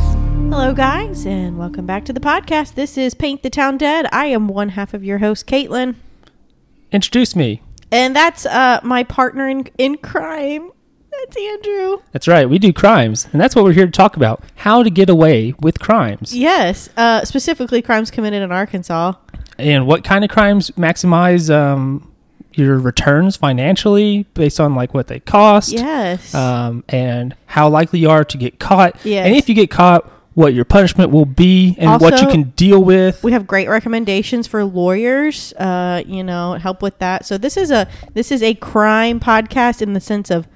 Hello, guys, and welcome back to the podcast. This is Paint the Town Dead. I am one half of your host, Caitlin, Introduce me. and that's uh, my partner in, in crime. That's Andrew. That's right. We do crimes, and that's what we're here to talk about: how to get away with crimes, Yes, uh, specifically crimes committed in Arkansas. and what kind of crimes maximize um, your returns financially based on like what they cost, Yes. um, and how likely you are to get caught, Yes. and if you get caught, what your punishment will be, and what you Also- can deal with. we have great recommendations for lawyers, uh, you know, help with that. So this is a this is a crime podcast in the sense of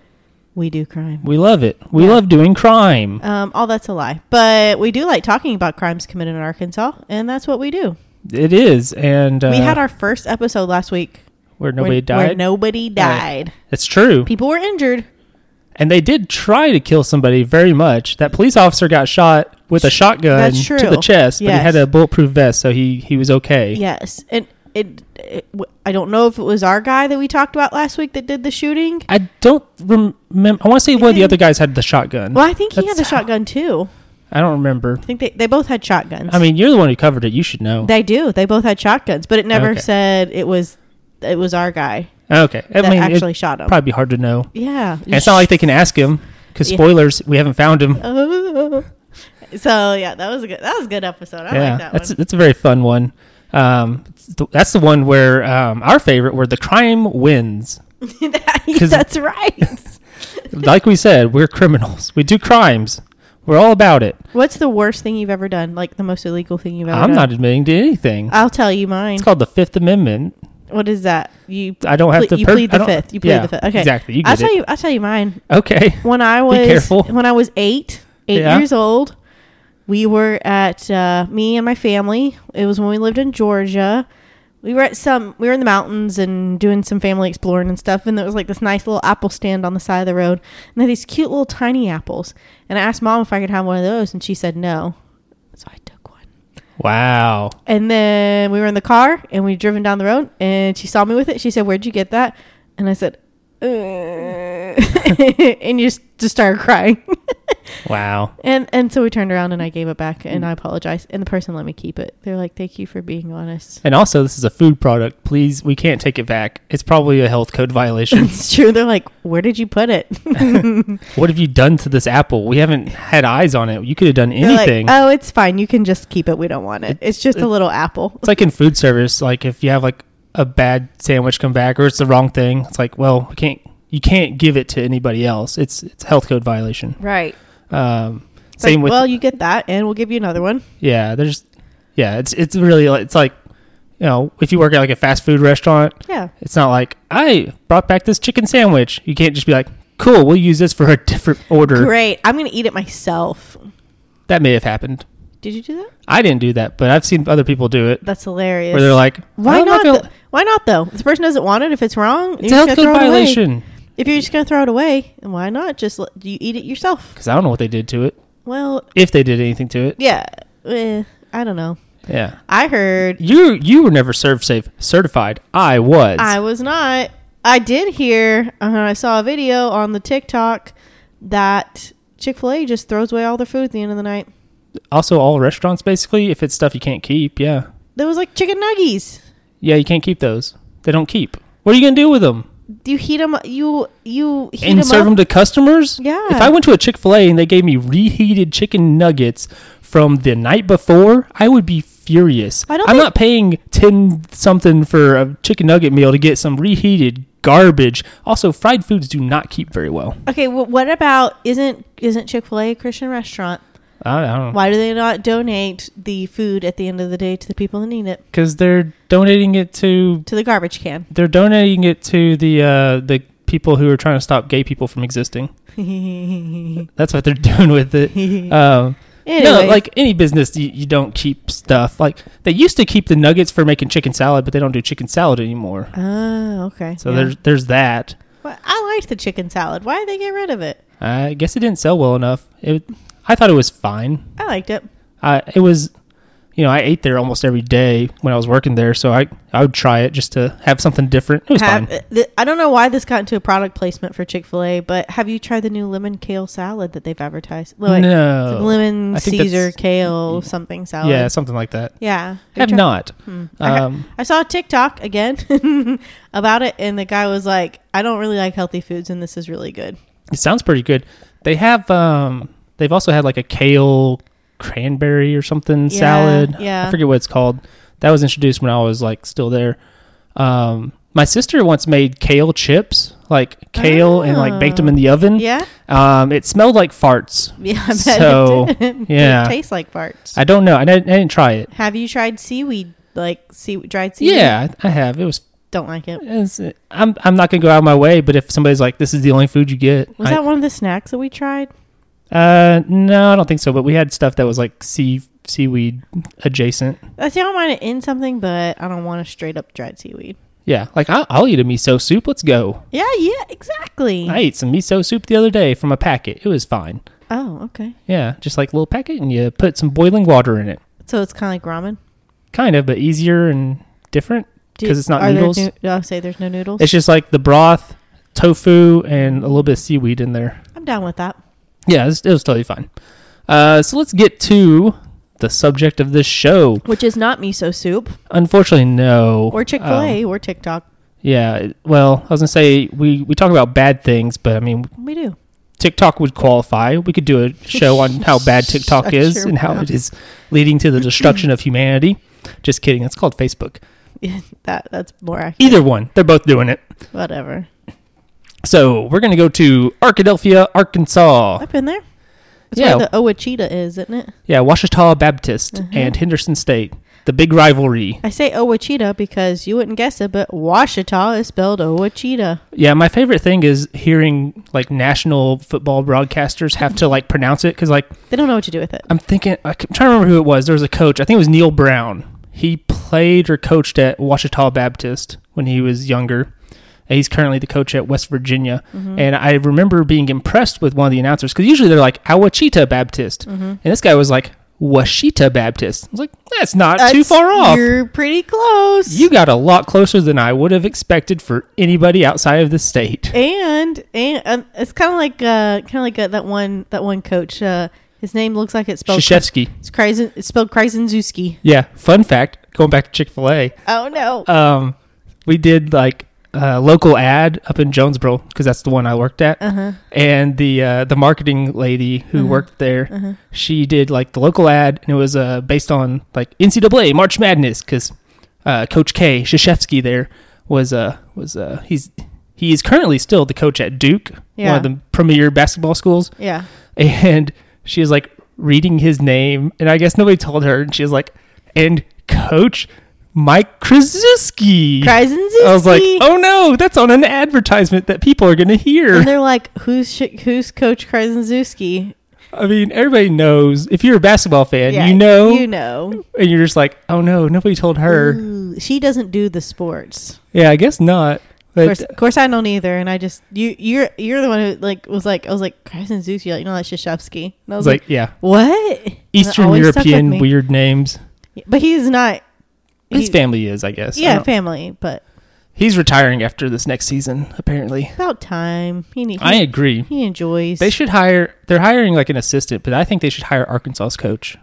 we do crime. We love it. We love doing crime. Um, all that's a lie, but we do like talking about crimes committed in Arkansas, and that's what we do. It is, and uh, we had our first episode last week. where nobody where, died. Where nobody died. It's true. People were injured. And they did try to kill somebody very much. That police officer got shot with a shotgun That's to true. the chest, but Yes. he had a bulletproof vest, so he, he was okay. Yes, and it, it w- I don't know if it was our guy that we talked about last week that did the shooting. I don't remember. I want to say one of the think- other guys had the shotgun. Well, I think he had the That's how- shotgun too. I don't remember. I think they, they both had shotguns. I mean, you're the one who covered it. You should know. they do. They both had shotguns, but it never Okay. said it was it was our guy. okay. I that mean, actually it'd shot him. probably be hard to know. Yeah, And it's not like they can ask him because Yeah. spoilers, we haven't found him. Oh. So yeah, that was a good that was a good episode. I yeah, like that that's one. that's a very fun one. Um, it's the- that's the one where um, our favorite, where the crime wins. That- 'Cause- that's right. like we said, we're criminals. We do crimes. We're all about it. What's the worst thing you've ever done? Like the most illegal thing you've ever I'm done? not admitting to anything. I'll tell you mine. It's called the Fifth Amendment. What is that? You I don't ple- have to. you per- plead I the don't- fifth. You plead yeah, the fifth. Okay, Exactly. You I'll get tell it. you. I'll tell you mine. Okay. When I was careful. when I was eight, eight Yeah. years old, we were at uh, me and my family. It was when we lived in Georgia. We were at some. We were in the mountains and doing some family exploring and stuff. And there was like this nice little apple stand on the side of the road, and they had these cute little tiny apples. And I asked mom if I could have one of those, and she said no. So I took one. Wow. And then we were in the car and we driven down the road and she saw me with it. She said, "Where'd you get that?" And I said, "Uh," and you just, just started crying. Wow. and and so we turned around and I gave it back and Mm. I apologized. And the person let me keep it. They're like, "Thank you for being honest." And also, this is a food product. Please, we can't take it back. It's probably a health code violation. It's true. They're like, "Where did you put it?" what have you done to this apple? We haven't had eyes on it. You could have done They're like, anything. oh, it's fine. You can just keep it. We don't want it. It's just a little apple. it's like in food service. Like if you have like a bad sandwich come back or it's the wrong thing, it's like, well, we can't. You can't give it to anybody else. It's it's a health code violation. Right. Um, same with well, you get that, and we'll give you another one. yeah. There's yeah. It's it's really like- it's like you know if you work at like a fast food restaurant, Yeah. it's not like I brought back this chicken sandwich. You can't just be like, cool, we'll use this for a different order. Great. I'm gonna eat it myself. That may have happened. Did you do that? I didn't do that, but I've seen other people do it That's hilarious. where they're like, Why I'm not? gonna- tho- why not though? If the person doesn't want it. If it's wrong, it's a you're just gonna health code throw it away. violation If you're just going to throw it away, why not just let, you eat it yourself? because I don't know what they did to it. Well, If they did anything to it, yeah, eh, I don't know. yeah. I heard You you were never serve safe certified. I was. I was not. I did hear. Uh, I saw a video on the TikTok that Chick Fil A just throws away all their food at the end of the night. also, all restaurants basically, if it's stuff you can't keep, yeah, There was like chicken nuggies. yeah, you can't keep those. They don't keep. What are you gonna do with them? Do you heat them? You you heat and them serve up? them to customers? Yeah. If I went to a Chick fil A and they gave me reheated chicken nuggets from the night before, I would be furious. I don't I'm think- not paying 10 something for a chicken nugget meal to get some reheated garbage. Also, fried foods do not keep very well. Okay, well, what about isn't isn't Chick Fil A a Christian restaurant? I, I don't know. Why do they not donate the food at the end of the day to the people that need it? Because they're donating it to. To the garbage can. They're donating it to the uh, the people who are trying to stop gay people from existing. anyway, That's what they're doing with it. Um, No, like any business, you, you don't keep stuff. Like they used to keep the nuggets for making chicken salad, but they don't do chicken salad anymore. Oh, okay. So yeah. there's there's that. Well, I liked the chicken salad. Why did they get rid of it? I guess it didn't sell well enough. It, I thought it was fine. I liked it. I it was you know, I ate there almost every day when I was working there, so I I would try it just to have something different. It was Have- fine. th- uh, I don't know why this got into a product placement for Chick Fil A, but have you tried the new lemon kale salad that they've advertised? Like, No. lemon I think Caesar that's- kale something salad. Yeah, something like that. yeah. have tried- Hmm. not. I ha- Um, I saw a TikTok again about it, and the guy was like, "I don't really like healthy foods, and this is really good." it sounds pretty good. They have um they've also had like a kale cranberry or something Yeah, salad. yeah. I forget what it's called. That was introduced when I was like still there. Um my sister once made kale chips, like kale and like baked them in the oven. Oh. Yeah, Um it smelled like farts. yeah. I bet So, it did. yeah. it tastes like farts. I don't know. I didn't, I didn't try it. have you tried seaweed? Like sea dried seaweed? Yeah, I I have. It was don't like it. it's, I'm I'm not going to go out of my way, but if somebody's like this is the only food you get. Was I- that one of the snacks that we tried? Uh, no, I don't think so. But we had stuff that was like sea seaweed adjacent. I see I don't mind it in something, but I don't want a straight up dried seaweed. Yeah, like I, I'll eat a miso soup. Let's go. Yeah, yeah, exactly. I ate some miso soup the other day from a packet. It was fine. oh, okay. Yeah, just like a little packet, and you put some boiling water in it. So it's kind of like ramen. Kind of, but easier and different Do- because it's not are there noodles. noo- oh, say there's no noodles. It's just like the broth, tofu, and a little bit of seaweed in there. I'm down with that. Yeah, it was, it was totally fine. Uh, so let's get to the subject of this show. Which is not miso soup Unfortunately, no. or Chick Fil Um, A or TikTok. Yeah. it- Well, I was gonna say we we talk about bad things, but I mean We do. TikTok would qualify. We could do a show on how bad TikTok I is sure and how would. it is leading to the destruction of humanity. Just kidding. It's called Facebook. that that's more accurate. Either one, they're both doing it. Whatever. So we're gonna go to Arkadelphia, Arkansas. I've been there. That's Oh. Yeah. where the Owachita is, isn't it? Yeah, Washita Baptist and Henderson State, the big rivalry. I say Owachita because you wouldn't guess it, but Washita is spelled Owachita. Yeah, my favorite thing is hearing like national football broadcasters have to like pronounce it because like They don't know what to do with it. I'm thinking, I'm trying to remember who it was. There was a coach. I think it was Neil Brown. He played or coached at Washita Baptist when he was younger. And He's currently the coach at West Virginia. Mm-hmm. And I remember being impressed with one of the announcers because usually they're like, Awachita Baptist. Mm-hmm. And this guy was like, Washita Baptist. I was like, that's not too That's- far off. You're pretty close. You got a lot closer than I would have expected for anybody outside of the state. and and um, it's kind of like uh, kind of like uh, that one that one coach. Uh, his name looks like it's spelled. Shashevsky. It's, Kryzen, it's spelled Krasinski. Yeah. Fun fact going back to Chick fil A. Oh no! um, we did like a local ad up in Jonesboro because that's the one I worked at, Uh-huh. and the uh, the marketing lady who worked there, she did like the local ad, and it was uh, based on like NCAA March Madness because uh, Coach K Shashevsky there was uh was uh he's he is currently still the coach at Duke, Yeah. one of the premier basketball schools, yeah, and she was like reading his name, and I guess nobody told her, and she was like, and Coach Mike Krzyzewski. Krasinski. I was like, oh no, that's on an advertisement that people are going to And hear. they're like, who's sh- who's Coach Krasinski? I mean, everybody knows. If you're a basketball fan, you know, you Mm. know. and you're just like, oh no, nobody told her. Ooh, she doesn't do the sports. Yeah, I guess not. Of But course, of course, I don't either. And I just you you're you're the one who like was like I was like Krasinski, like you know that's Shashevsky. And I was it's like, like, yeah, what? And it Eastern always stuck with European me. weird names. But he's not. His he- family is, I guess. I Yeah, don't- family, but he's retiring after this next season, apparently. about time. He need, he, I agree. he enjoys They should hire. They're hiring like an assistant, but I think they should hire Arkansas's coach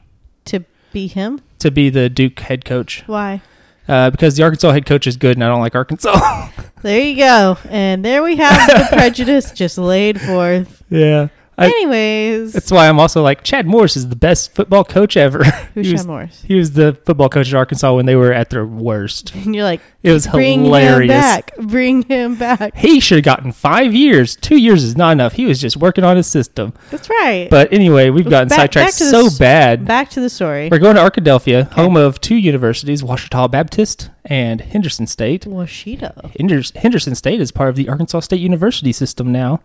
to be him. to be the Duke head coach Why? uh, because the Arkansas head coach is good, and I don't like Arkansas. There you go. And there we have the prejudice just laid forth. yeah, I, Anyways, that's why I'm also like Chad Morris is the best football coach ever. who's he, was, Sean Morris? he was the football coach at Arkansas when they were at their worst. And you're like, It was bring him hilarious. back. Bring him back. He should have gotten five years. Two years is not enough. He was just working on his system. That's right. But anyway, we've gotten Back- sidetracked back to the so s- bad. back to the story. We're going to Arkadelphia, home of two universities, Washita Baptist and Henderson State. Washita. Henders- Henderson State is part of the Arkansas State University system now.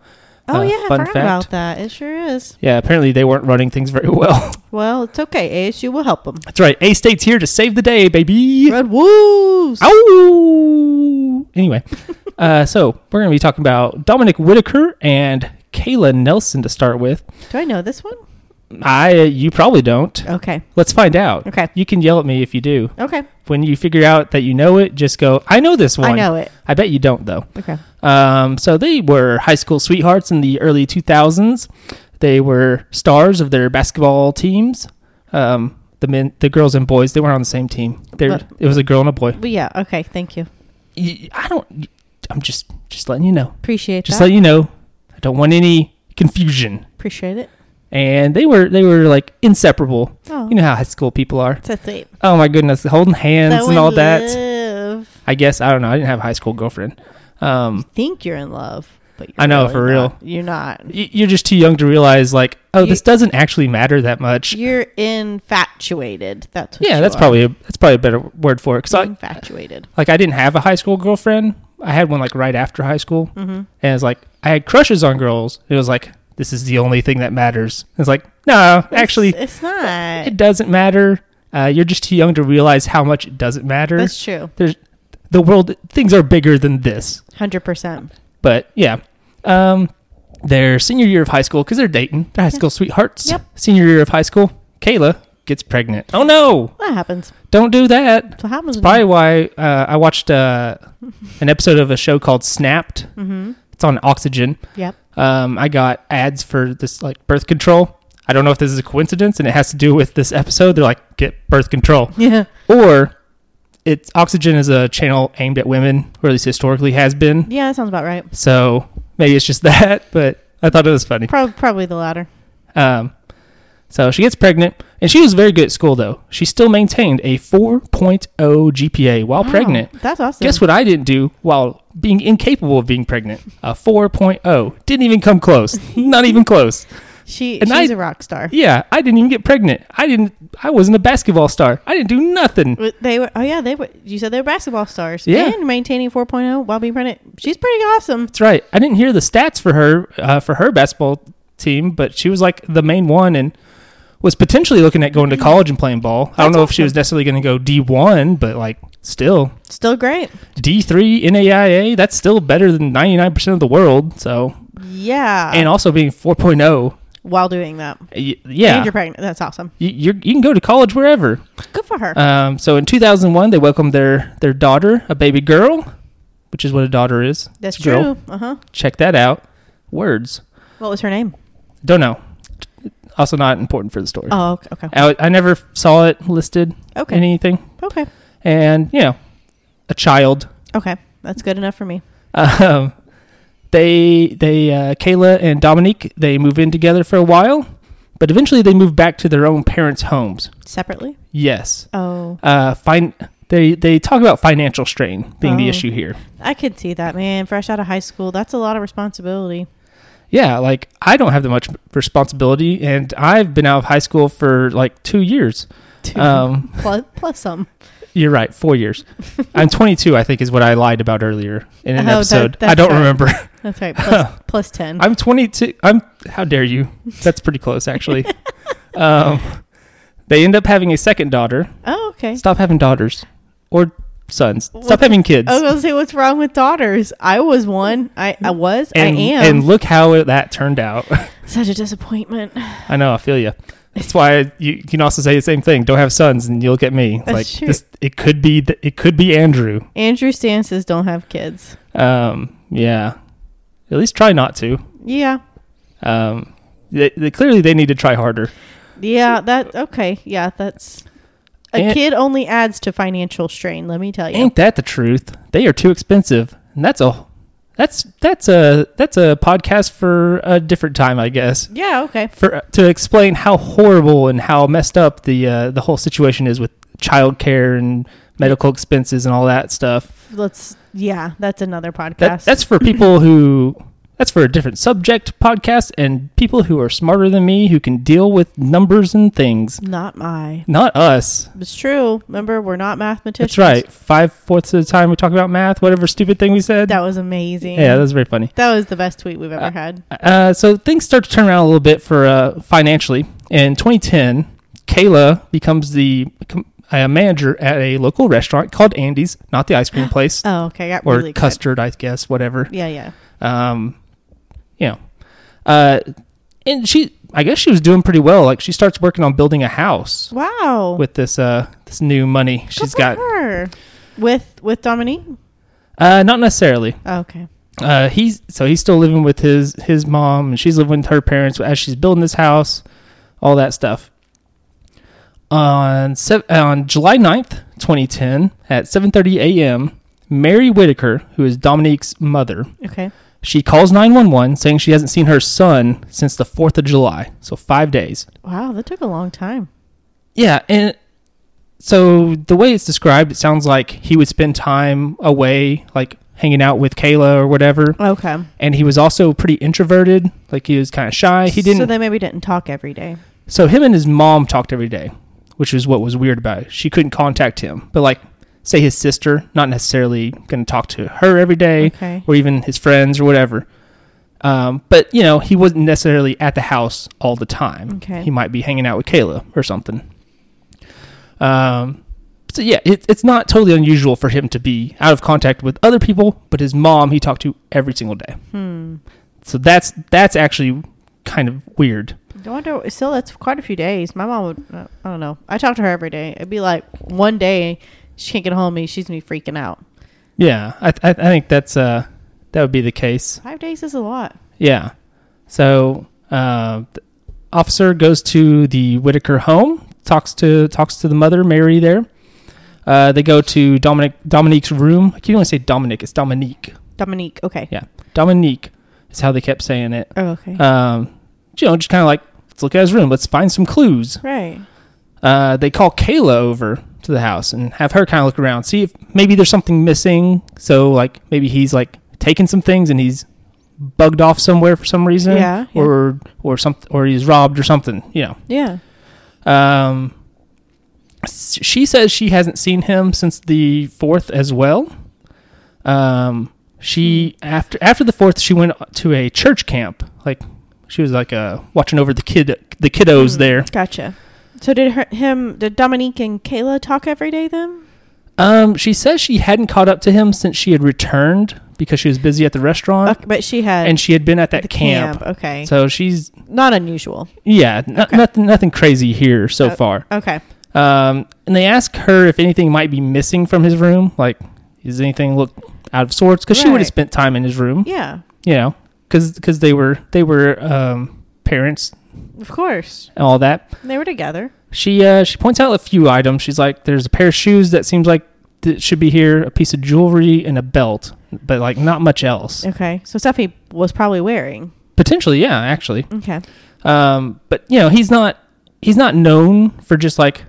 Oh Uh, yeah, I fun forgot fact. about that. It sure is. Yeah, apparently they weren't running things very well. Well, it's okay. ASU will help them. That's right. A State's here to save the day, baby. Red Wolves. Ow! Anyway, uh, so we're going to be talking about Dominic Whitaker and Kayla Nelson to start with. Do I know this one? I you probably don't. Okay. Let's find out. Okay. You can yell at me if you do. Okay. When you figure out that you know it, just go, I know this one. I know it. I bet you don't though. Okay. Um, so they were high school sweethearts in the early 2000s. They were stars of their basketball teams. Um, the men, the girls and boys, they weren't on the same team. They were- But- it was a girl and a boy. But yeah. Okay. Thank you. Y- I don't. I'm just just letting you know. Appreciate Just that. letting you know. I don't want any confusion. Appreciate it. And they were they were like inseparable. Oh. You know how high school people are. That's it. Oh my goodness, holding hands So and in all that. love. I guess I don't know. I didn't have a high school girlfriend. Um, Think you're in love, but you're I know, really for real. not. You're not. y- you're just too young to realize like, oh, You- this doesn't actually matter that much. You're infatuated. That's what yeah, you that's are. Mm-hmm. probably a, that's probably a better word for it. Cause I, infatuated. like I didn't have a high school girlfriend. I had one like right after high school, Mm-hmm. and it's like I had crushes on girls. It was like this is the only thing that matters. It's like no, actually, it's, it's not. it doesn't matter. Uh, you're just too young to realize how much it doesn't matter. That's true. There's the world. Things are bigger than this. Hundred percent. But yeah, um, their senior year of high school because they're dating. They're high school sweethearts. Yep. Senior year of high school, Kayla gets pregnant. Oh no! That happens. Don't do that. That's what happens. when Probably why uh, I watched uh, an episode of a show called Snapped. Mm-hmm. It's on Oxygen. you- Yep. Um, I got ads for this like birth control. I don't know if this is a coincidence and it has to do with this episode. They're like, get birth control Yeah. or it's oxygen is a channel aimed at women or at least historically has been Yeah. That sounds about right. so maybe it's just that but i thought it was funny Prob- probably the latter. um, so she gets pregnant and she was very good at school though she still maintained a 4.0 gpa while Wow, pregnant That's awesome. guess what i didn't do while being incapable of being pregnant a 4.0 didn't even come close not even close She And she's I- a rock star. yeah i didn't even get pregnant i didn't i wasn't a basketball star i didn't do nothing But They were. Oh yeah. They were. You said they were basketball stars. Yeah. And maintaining 4.0 while being pregnant. She's pretty awesome. That's right. I didn't hear the stats for her uh, for her basketball team, but she was like the main one and was potentially looking at going to college and playing ball. I don't That's know if awesome. she was necessarily going to go D one, but like still Still great. D three NAIA. That's still better than ninety nine percent of the world. So Yeah. and also being four oh. while doing that. yeah, And you're you pregnant. That's awesome. you're, you can go to college wherever. Good for her. Um, so in 2001, they welcomed their their daughter, a baby girl, which is what a daughter is. That's It's a girl. true. Uh huh. Check that out. Words. What was her name? Don't know. Also, not important for the story. Oh, okay. Okay. I, I never saw it listed. Okay. in anything, okay. and you know, a child. Okay. That's good enough for me. Um, they they uh, Kayla and Dominique they move in together for a while, but eventually they move back to their own parents' homes. Separately? Yes. Oh, Uh, fin- they they talk about financial strain being the Oh. issue here. I could see that, man. Fresh out of high school, that's a lot of responsibility. Yeah, like I don't have that much responsibility, and I've been out of high school for like two years. Um, plus, plus some. You're right. Four years. I'm 22. I think is what I lied about earlier in an Oh, that- episode. I that's don't right. remember. That's right. Plus, plus 10. I'm 22. I'm. How dare you? That's pretty close, actually. um, they end up having a second daughter. oh, okay. Stop having daughters or sons. What- Stop having kids. I was going to say, what's wrong with daughters? I was one. I, I was. and I am. and look how it- that turned out. Such a disappointment. I know. I feel you. That's why you can also say the same thing. Don't have sons, and you'll get me. It's That's like true. this, it could be. th- It could be Andrew. Andrew Stances don't have kids. Um, yeah. At least try not to. Yeah. Um, they, they, clearly, they need to try harder. Yeah. That, okay. Yeah. That's. A And- kid only adds to financial strain, let me tell you. Ain't that the truth? They are too expensive, and that's a that's that's a that's a podcast for a different time, I guess. Yeah. Okay. For to explain how horrible and how messed up the uh, the whole situation is with childcare and medical expenses and all that stuff. Let's. Yeah. That's another podcast. That, that's for people who that's for a different subject podcast and people who are smarter than me who can deal with numbers and things. not my. Not us. It's true. Remember, we're not mathematicians. That's right. Five fourths of the time we talk about math, whatever stupid thing we said. That was amazing. yeah, that was very funny. That was the best tweet we've ever Uh, had. Uh, so things start to turn around a little bit for uh, financially. In 2010, Kayla becomes the com- uh, manager at a local restaurant called Andy's, not the ice cream place Oh, okay. I got or really excited. custard, I Um, guess, whatever. Yeah, yeah. Um, you know, uh, and she I guess she was doing pretty well. Like she starts working on building a house Wow. with this uh this new money she's Good for got. her. with with Dominique. Uh, not necessarily. Oh, okay. Uh, he's so he's still living with his his mom, and she's living with her parents as she's building this house, all that stuff. On sev- on July 9th, twenty ten, at seven thirty a.m., Mary Whitaker, who is Dominique's mother, Okay. she calls nine one one saying she hasn't seen her son since the fourth of July, so five days. Wow, that took a long time. Yeah, and so the way it's described, it sounds like he would spend time away, like hanging out with Kayla or whatever. Okay. And he was also pretty introverted, like he was kind of shy. Uh, He didn't. So So, they maybe didn't talk every day. him and his mom talked every day, which is what was weird about it. She couldn't contact him, but like say his sister, not necessarily going to talk to her every day, Okay. or even his friends or whatever. Um, but you know, he wasn't necessarily at the house all the time. Okay. He might be hanging out with Kayla or something. Um, so yeah, it, it's not totally unusual for him to be out of contact with other people, but his mom he talked to every single day. Hmm. So that's that's actually kind of weird. I wonder. Still, that's quite a few days. My mom would. uh, I don't know. I talk to her every day. It'd be like one day she can't get a hold of me. She's gonna be freaking out. Yeah, I I, I think that's uh that would be the case. Five days is a lot. Yeah. So uh, the officer goes to the Whitaker home, talks to talks to the mother Mary there. Uh, they go to Dominic Dominique's room. I keep want to say Dominic. It's Dominique. Dominique. Okay. Yeah, Dominique is how they kept saying it. Oh, okay. Um, you know, just kind of like let's look at his room. Let's find some clues. right. Uh, they call Kayla over to the house and have her kind of look around, see if maybe there's something missing. So like maybe he's like taken some things and he's bugged off somewhere for some reason, Yeah, yeah. or or something, or he's robbed or something. You Yeah. know. Um, s- she says she hasn't seen him since the fourth as well. Um, she Hmm. after after the fourth, she went to a church camp. Like she was like uh watching over the kid the kiddos Hmm. there. Gotcha. So did her, him? Did Dominique and Kayla talk every day then? Um, she says she hadn't caught up to him since she had returned because she was busy at the restaurant Okay, but she had and she had been at that the camp. Okay. So she's Not unusual. yeah, n- nothing nothing crazy here so Uh, far. Okay. Um, and they ask her if anything might be missing from his room, like is anything look out of sorts? Because she would Right. have spent time in his room, Yeah. you know, because they were they were um, parents Of course. and all that. They were together. She uh, she points out a few items. She's like, "There's a pair of shoes that seems like th- should be here, a piece of jewelry, and a belt, but like not much else. Okay. So stuff he was probably wearing. Potentially, yeah, actually. Okay. Um, but you know, he's not he's not known for just like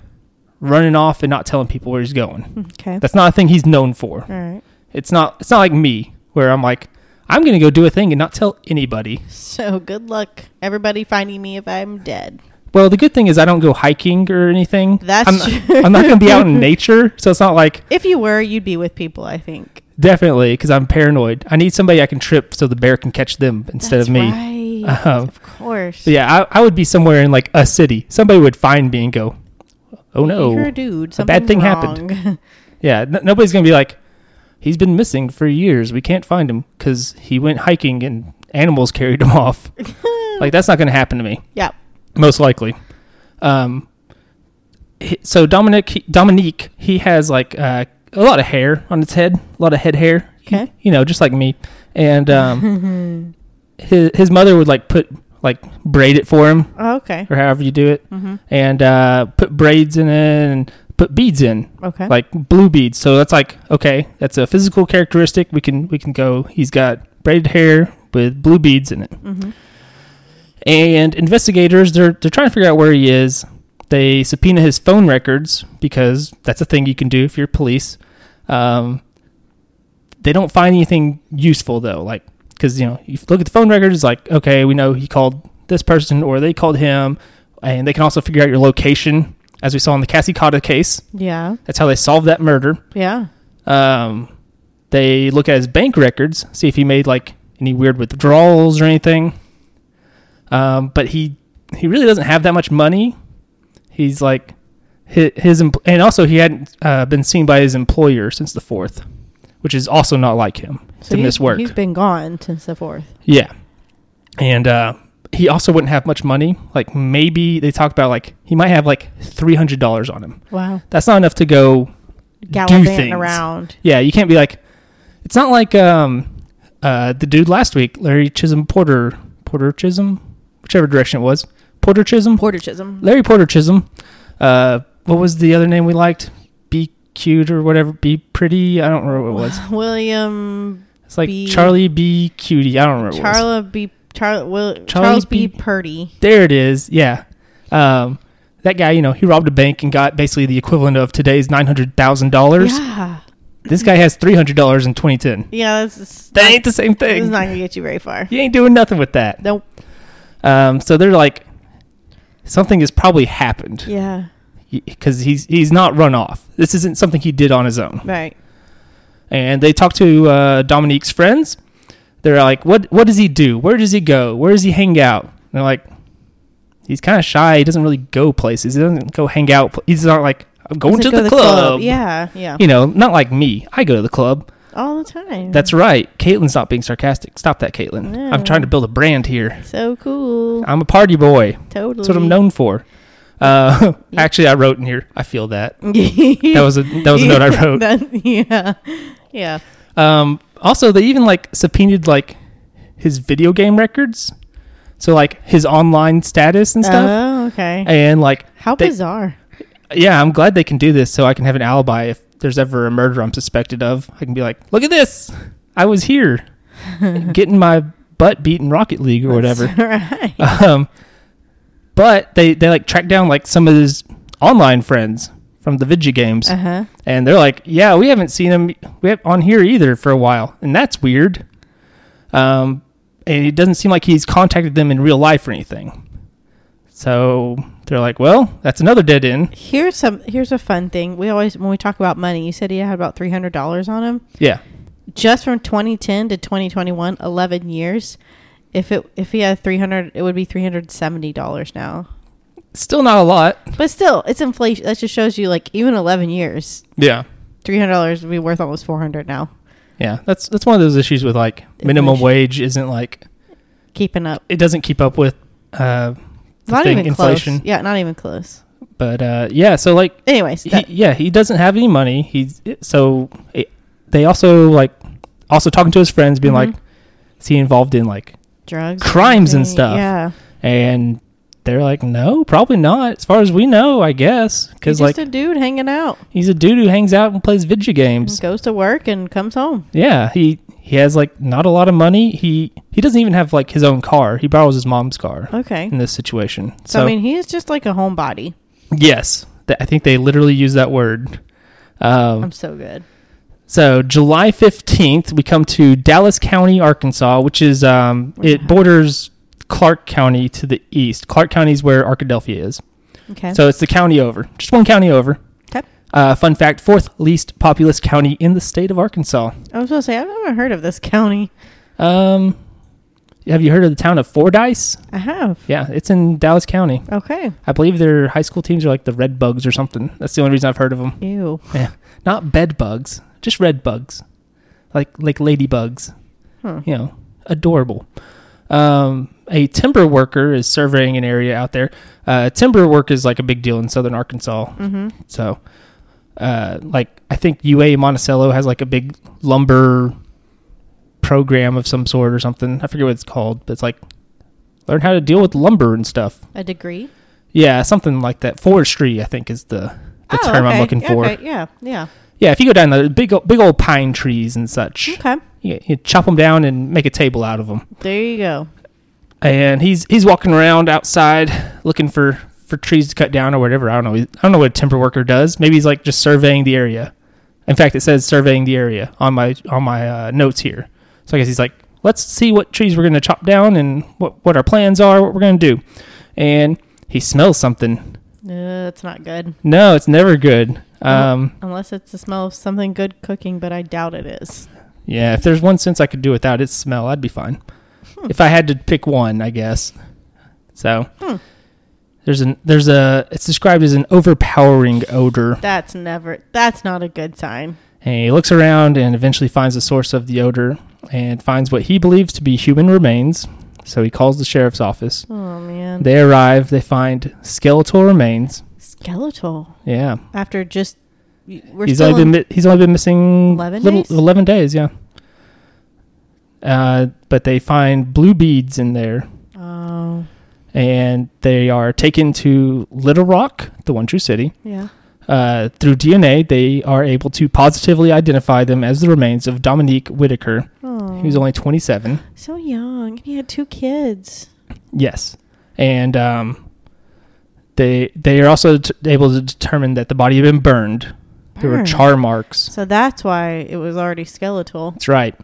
running off and not telling people where he's going. Okay. That's not a thing he's known for. All right. It's not it's not like me where I'm like, I'm gonna go do a thing and not tell anybody. So good luck, everybody, finding me if I'm dead. Well, the good thing is I don't go hiking or anything. That's I'm not, true. I'm not gonna be out in nature, so it's not like If you were, you'd be with people, I think. Definitely, because I'm paranoid. I need somebody I can trip so the bear can catch them instead That's of me. Right. Um, of course. But yeah, I, I would be somewhere in like a city. Somebody would find me and go, You're "Oh no!" a dude. a bad something's thing happened. wrong. Yeah, n- nobody's gonna be like, "He's been missing for years. We can't find him because he went hiking and animals carried him off." like that's not gonna happen to me, yeah. most likely. Um, he- so Dominic, he- Dominique, he has like uh, a lot of hair on his head, a lot of head hair. Okay. you know, just like me. And um, Oh, his his mother would like put like braid it for him Oh, okay. or however you do it, Mm-hmm. and uh, put braids in it and put beads in Okay. like blue beads. So that's like okay, that's a physical characteristic. We can we can go. He's got braided hair with blue beads in it. mm-hmm. And investigators they're they're trying to figure out where he is. They subpoena his phone records because that's a thing you can do if you're police. Um, they don't find anything useful though, like because you know you look at the phone records, it's like okay, we know he called this person or they called him, and they can also figure out your location, as we saw in the Cassie Cotta case. Yeah. That's how they solved that murder. Yeah. Um, they look at his bank records, see if he made like any weird withdrawals or anything. Um, but he he really doesn't have that much money. He's like his, his empl- and also he hadn't uh, been seen by his employer since the fourth, which is also not like him to he's- miss work. He's been gone since the fourth. Yeah, and uh, he also wouldn't have much money. Like maybe they talked about like he might have like three hundred dollars on him. Wow. That's not enough to go Gallivanting things. around. Yeah, you can't be like. It's not like um, uh, the dude last week, Larry Chisholm Porter, Porter Chisholm, whichever direction it was, Porter Chisholm, Porter Chisholm. Larry Porter Chisholm. Uh, what was the other name we liked? Be cute or whatever. Be pretty. I don't remember what it was. William It's like Be- Charlie B. Cutie. I don't remember. What it was. Charla B. Char- Will, Charles, B. B. Purdy. There it is. Yeah. Um, that guy, you know, he robbed a bank and got basically the equivalent of today's nine hundred thousand dollars. Yeah. This guy has three hundred dollars in twenty ten. Yeah, this is, That not, ain't the same this is thing. not gonna get you very far. You ain't doing nothing with that. Nope. Um, so they're like, something has probably happened Yeah. because he's he's not run off. This isn't something he did on his own. Right. And they talk to uh, Dominique's friends. They're like, what what does he do? Where does he go? Where does he hang out? And they're like, he's kind of shy. He doesn't really go places. He doesn't go hang out. He's not like I'm going Doesn't to go the, club. Yeah. Yeah. You know, not like me. I go to the club. All the time. That's right. Caitlin's not being sarcastic. Stop that, Caitlin. No. I'm trying to build a brand here. so cool. I'm a party boy. totally. That's what I'm known for. Uh, actually, I wrote in here. I feel that that that was a that was a note I wrote. yeah. Yeah. Um, also, they even like subpoenaed like his video game records, so like his online status and stuff. Oh, okay. and like, How they- bizarre. yeah, I'm glad they can do this, so I can have an alibi if there's ever a murder I'm suspected of. I can be like, look at this, I was here, getting my butt beat in Rocket League or whatever. right. Um, but they they like track down like some of his online friends from the video games, Uh huh. and they're like, "Yeah, we haven't seen him we have on here either for a while, and that's weird." Um, and it doesn't seem like he's contacted them in real life or anything. So they're like, "Well, that's another dead end." Here's some. Here's a fun thing. We always when we talk about money, you said he had about three hundred dollars on him. Yeah, Just from 2010 to 2021, 11 years. If it if he had 300, it would be 370 dollars now. still not a lot. But still, it's inflation. That just shows you like even 11 years, Yeah, 300 dollars would be worth almost 400 now. yeah. That's that's one of those issues with like minimum Inflation. wage isn't like Keeping up. it doesn't keep up with uh, It's not thing, even inflation. close. Yeah, not even close. But uh, yeah, so like Anyways, he, that- yeah, he doesn't have any money. He's so it, they also like also talking to his friends, being Mhm. like, "Is he involved in like?" drugs, crimes and everything. stuff. Yeah, And they're like, "No, probably not." As far as we know, I guess he's because like just a dude hanging out, he's a dude who hangs out and plays video games. goes to work and comes home. Yeah, he he has like not a lot of money. He he doesn't even have like his own car. He borrows his mom's car Okay, in this situation. so, Mm, So, I mean, he is just like a homebody. yes, th- I think they literally use that word. Um, I'm so good. So July fifteenth, we come to Dallas County, Arkansas, which is um, it borders Clark County to the east. Clark County is where Arkadelphia is, Okay, so it's the county over, just one county over. Okay. Uh, fun fact: fourth least populous county in the state of Arkansas. I was gonna say I've never heard of this county. Um, have you heard of the town of Fordyce? I have. Yeah, it's in Dallas County. Okay. I believe their high school teams are like the Red Bugs or something. That's the only reason I've heard of them. Ew. Yeah, not bed bugs, just red bugs, like like ladybugs. Hmm. You know, adorable. Um, a timber worker is surveying an area out there. Uh, timber work is like a big deal in southern Arkansas. Mm-hmm. So, uh, like I think UA Monticello has like a big lumber program of some sort or something. I forget what it's called, but it's like learn how to deal with lumber and stuff. A degree. Yeah, something like that. Forestry, I think, is the the Oh, term okay. I'm looking for. Okay. Yeah. Yeah. Yeah, if you go down the big ol- big old pine trees and such, Okay. you, you chop them down and make a table out of them. There you go. And he's he's walking around outside looking for for trees to cut down or whatever. I don't know. He- I don't know what a timber worker does. Maybe he's like just surveying the area. In fact, it says surveying the area on my on my uh, notes here. So I guess he's like, let's see what trees we're going to chop down and what what our plans are, what we're going to do. And he smells something. No, that's not good. No, it's never good. Um, Unless it's the smell of something good cooking, but I doubt it is. Yeah, if there's one sense I could do without its smell, I'd be fine. If I had to pick one, I guess. So Hmm. there's an there's a it's described as an overpowering odor. That's never. That's not a good sign. And he looks around and eventually finds the source of the odor and finds what he believes to be human remains. So he calls the sheriff's office. Oh man. They arrive. They find skeletal remains. Skeletal. Yeah, After just we're he's still only in- been mi- he's only been missing 11 little- days? Eleven days, yeah. Uh, but they find blue beads in there, Oh and they are taken to Little Rock, the one true city. yeah. Uh, through DNA, they are able to positively identify them as the remains of Dominique Whitaker. Oh. He was only 27. so young, and he had two kids. Yes, and um, they they are also t- able to determine that the body had been burned. There were Burned. char marks. So that's why it was already skeletal. That's right.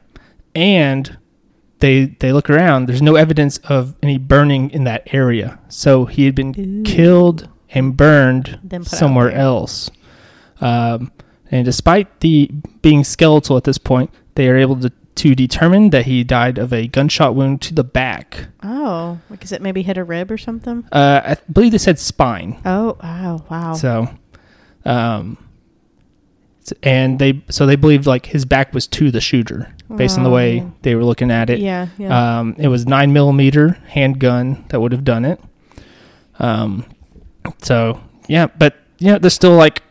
And they they look around. There's no evidence of any burning in that area. So he had been Ooh. killed and burned Then put out somewhere there. else. Um, and despite the being skeletal at this point, they are able to, to determine that he died of a gunshot wound to the back. Oh, because it maybe hit a rib or something. Uh, I believe they said spine. Oh, wow, wow. So, um, s- and they so they believed like his back was to the shooter based on the way Oh. they were looking at it. yeah, yeah. Um, it was nine millimeter handgun that would have done it. Um, so yeah, but yeah, there's still like,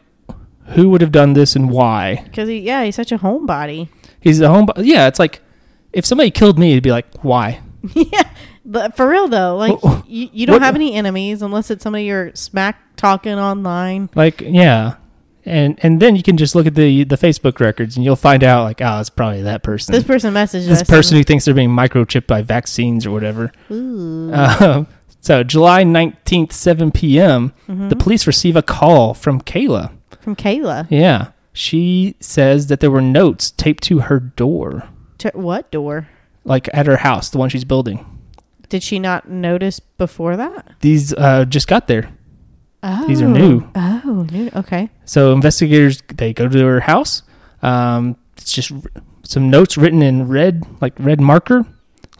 who would have done this and why? Because he, yeah, he's such a homebody. He's a home. Yeah, it's like if somebody killed me, it'd be like why? yeah, but for real though, like Oh, oh. you, you don't What- have any enemies unless it's somebody you're smack talking online. Like yeah. And, and then you can just look at the, the Facebook records and you'll find out like oh it's probably that person This person messaged this us. person who thinks they're being microchipped by vaccines or whatever. Ooh. Um, so July 19th, 7 p.m., Mm-hmm. the police receive a call from Kayla. from Kayla. Yeah. She says that there were notes taped to her door, To what door? like at her house, the one she's building. Did she not notice before that? These uh, just got there. Oh. These are new. Oh, new. Okay. So investigators, they go to her house. Um, it's just r- some notes written in red, like red marker,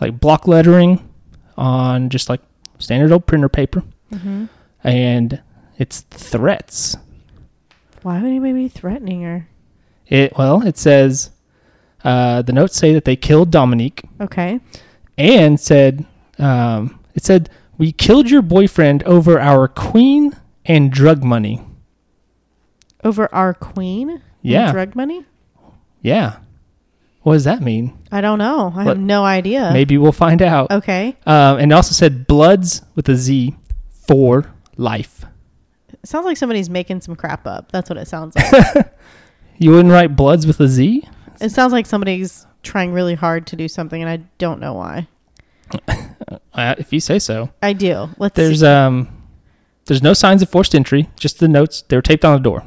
like block lettering on just like standard old printer paper. hmm and it's threats. Why would anybody be threatening her? It well, it says uh, the notes say that they killed Dominique Okay. and said um, it said we killed your boyfriend over our queen and drug money. Over our queen? and Yeah, Drug money? yeah. What does that mean? I don't know. I What- have no idea. Maybe we'll find out. Okay. Um, and it also said Bloods with a Z for life. It sounds like somebody's making some crap up. That's what it sounds like. You wouldn't write Bloods with a Z? it sounds like somebody's trying really hard to do something, and I don't know why. Uh, if you say so. I do. Let's There's see. um, there's no signs of forced entry. Just the notes. They were taped on the door.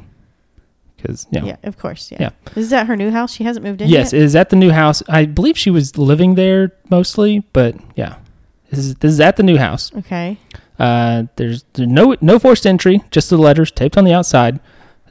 Because yeah. yeah. of course. Yeah. Yeah. Is that her new house? She hasn't moved in Yes, yet. it is at the new house. I believe she was living there mostly, but yeah, this is this is at the new house. okay. Uh, there's there's no no forced entry. Just the letters taped on the outside.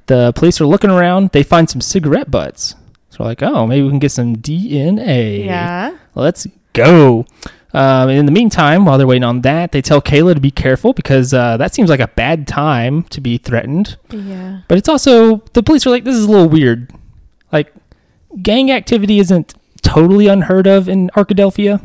The police are looking around. They find some cigarette butts. So they're like, oh, maybe we can get some DNA. Yeah. Let's go. Um, and in the meantime, while they're waiting on that, they tell Kayla to be careful because uh, that seems like a bad time to be threatened. Yeah. But it's also, the police are like, this is a little weird. Like, gang activity isn't totally unheard of in Arkadelphia,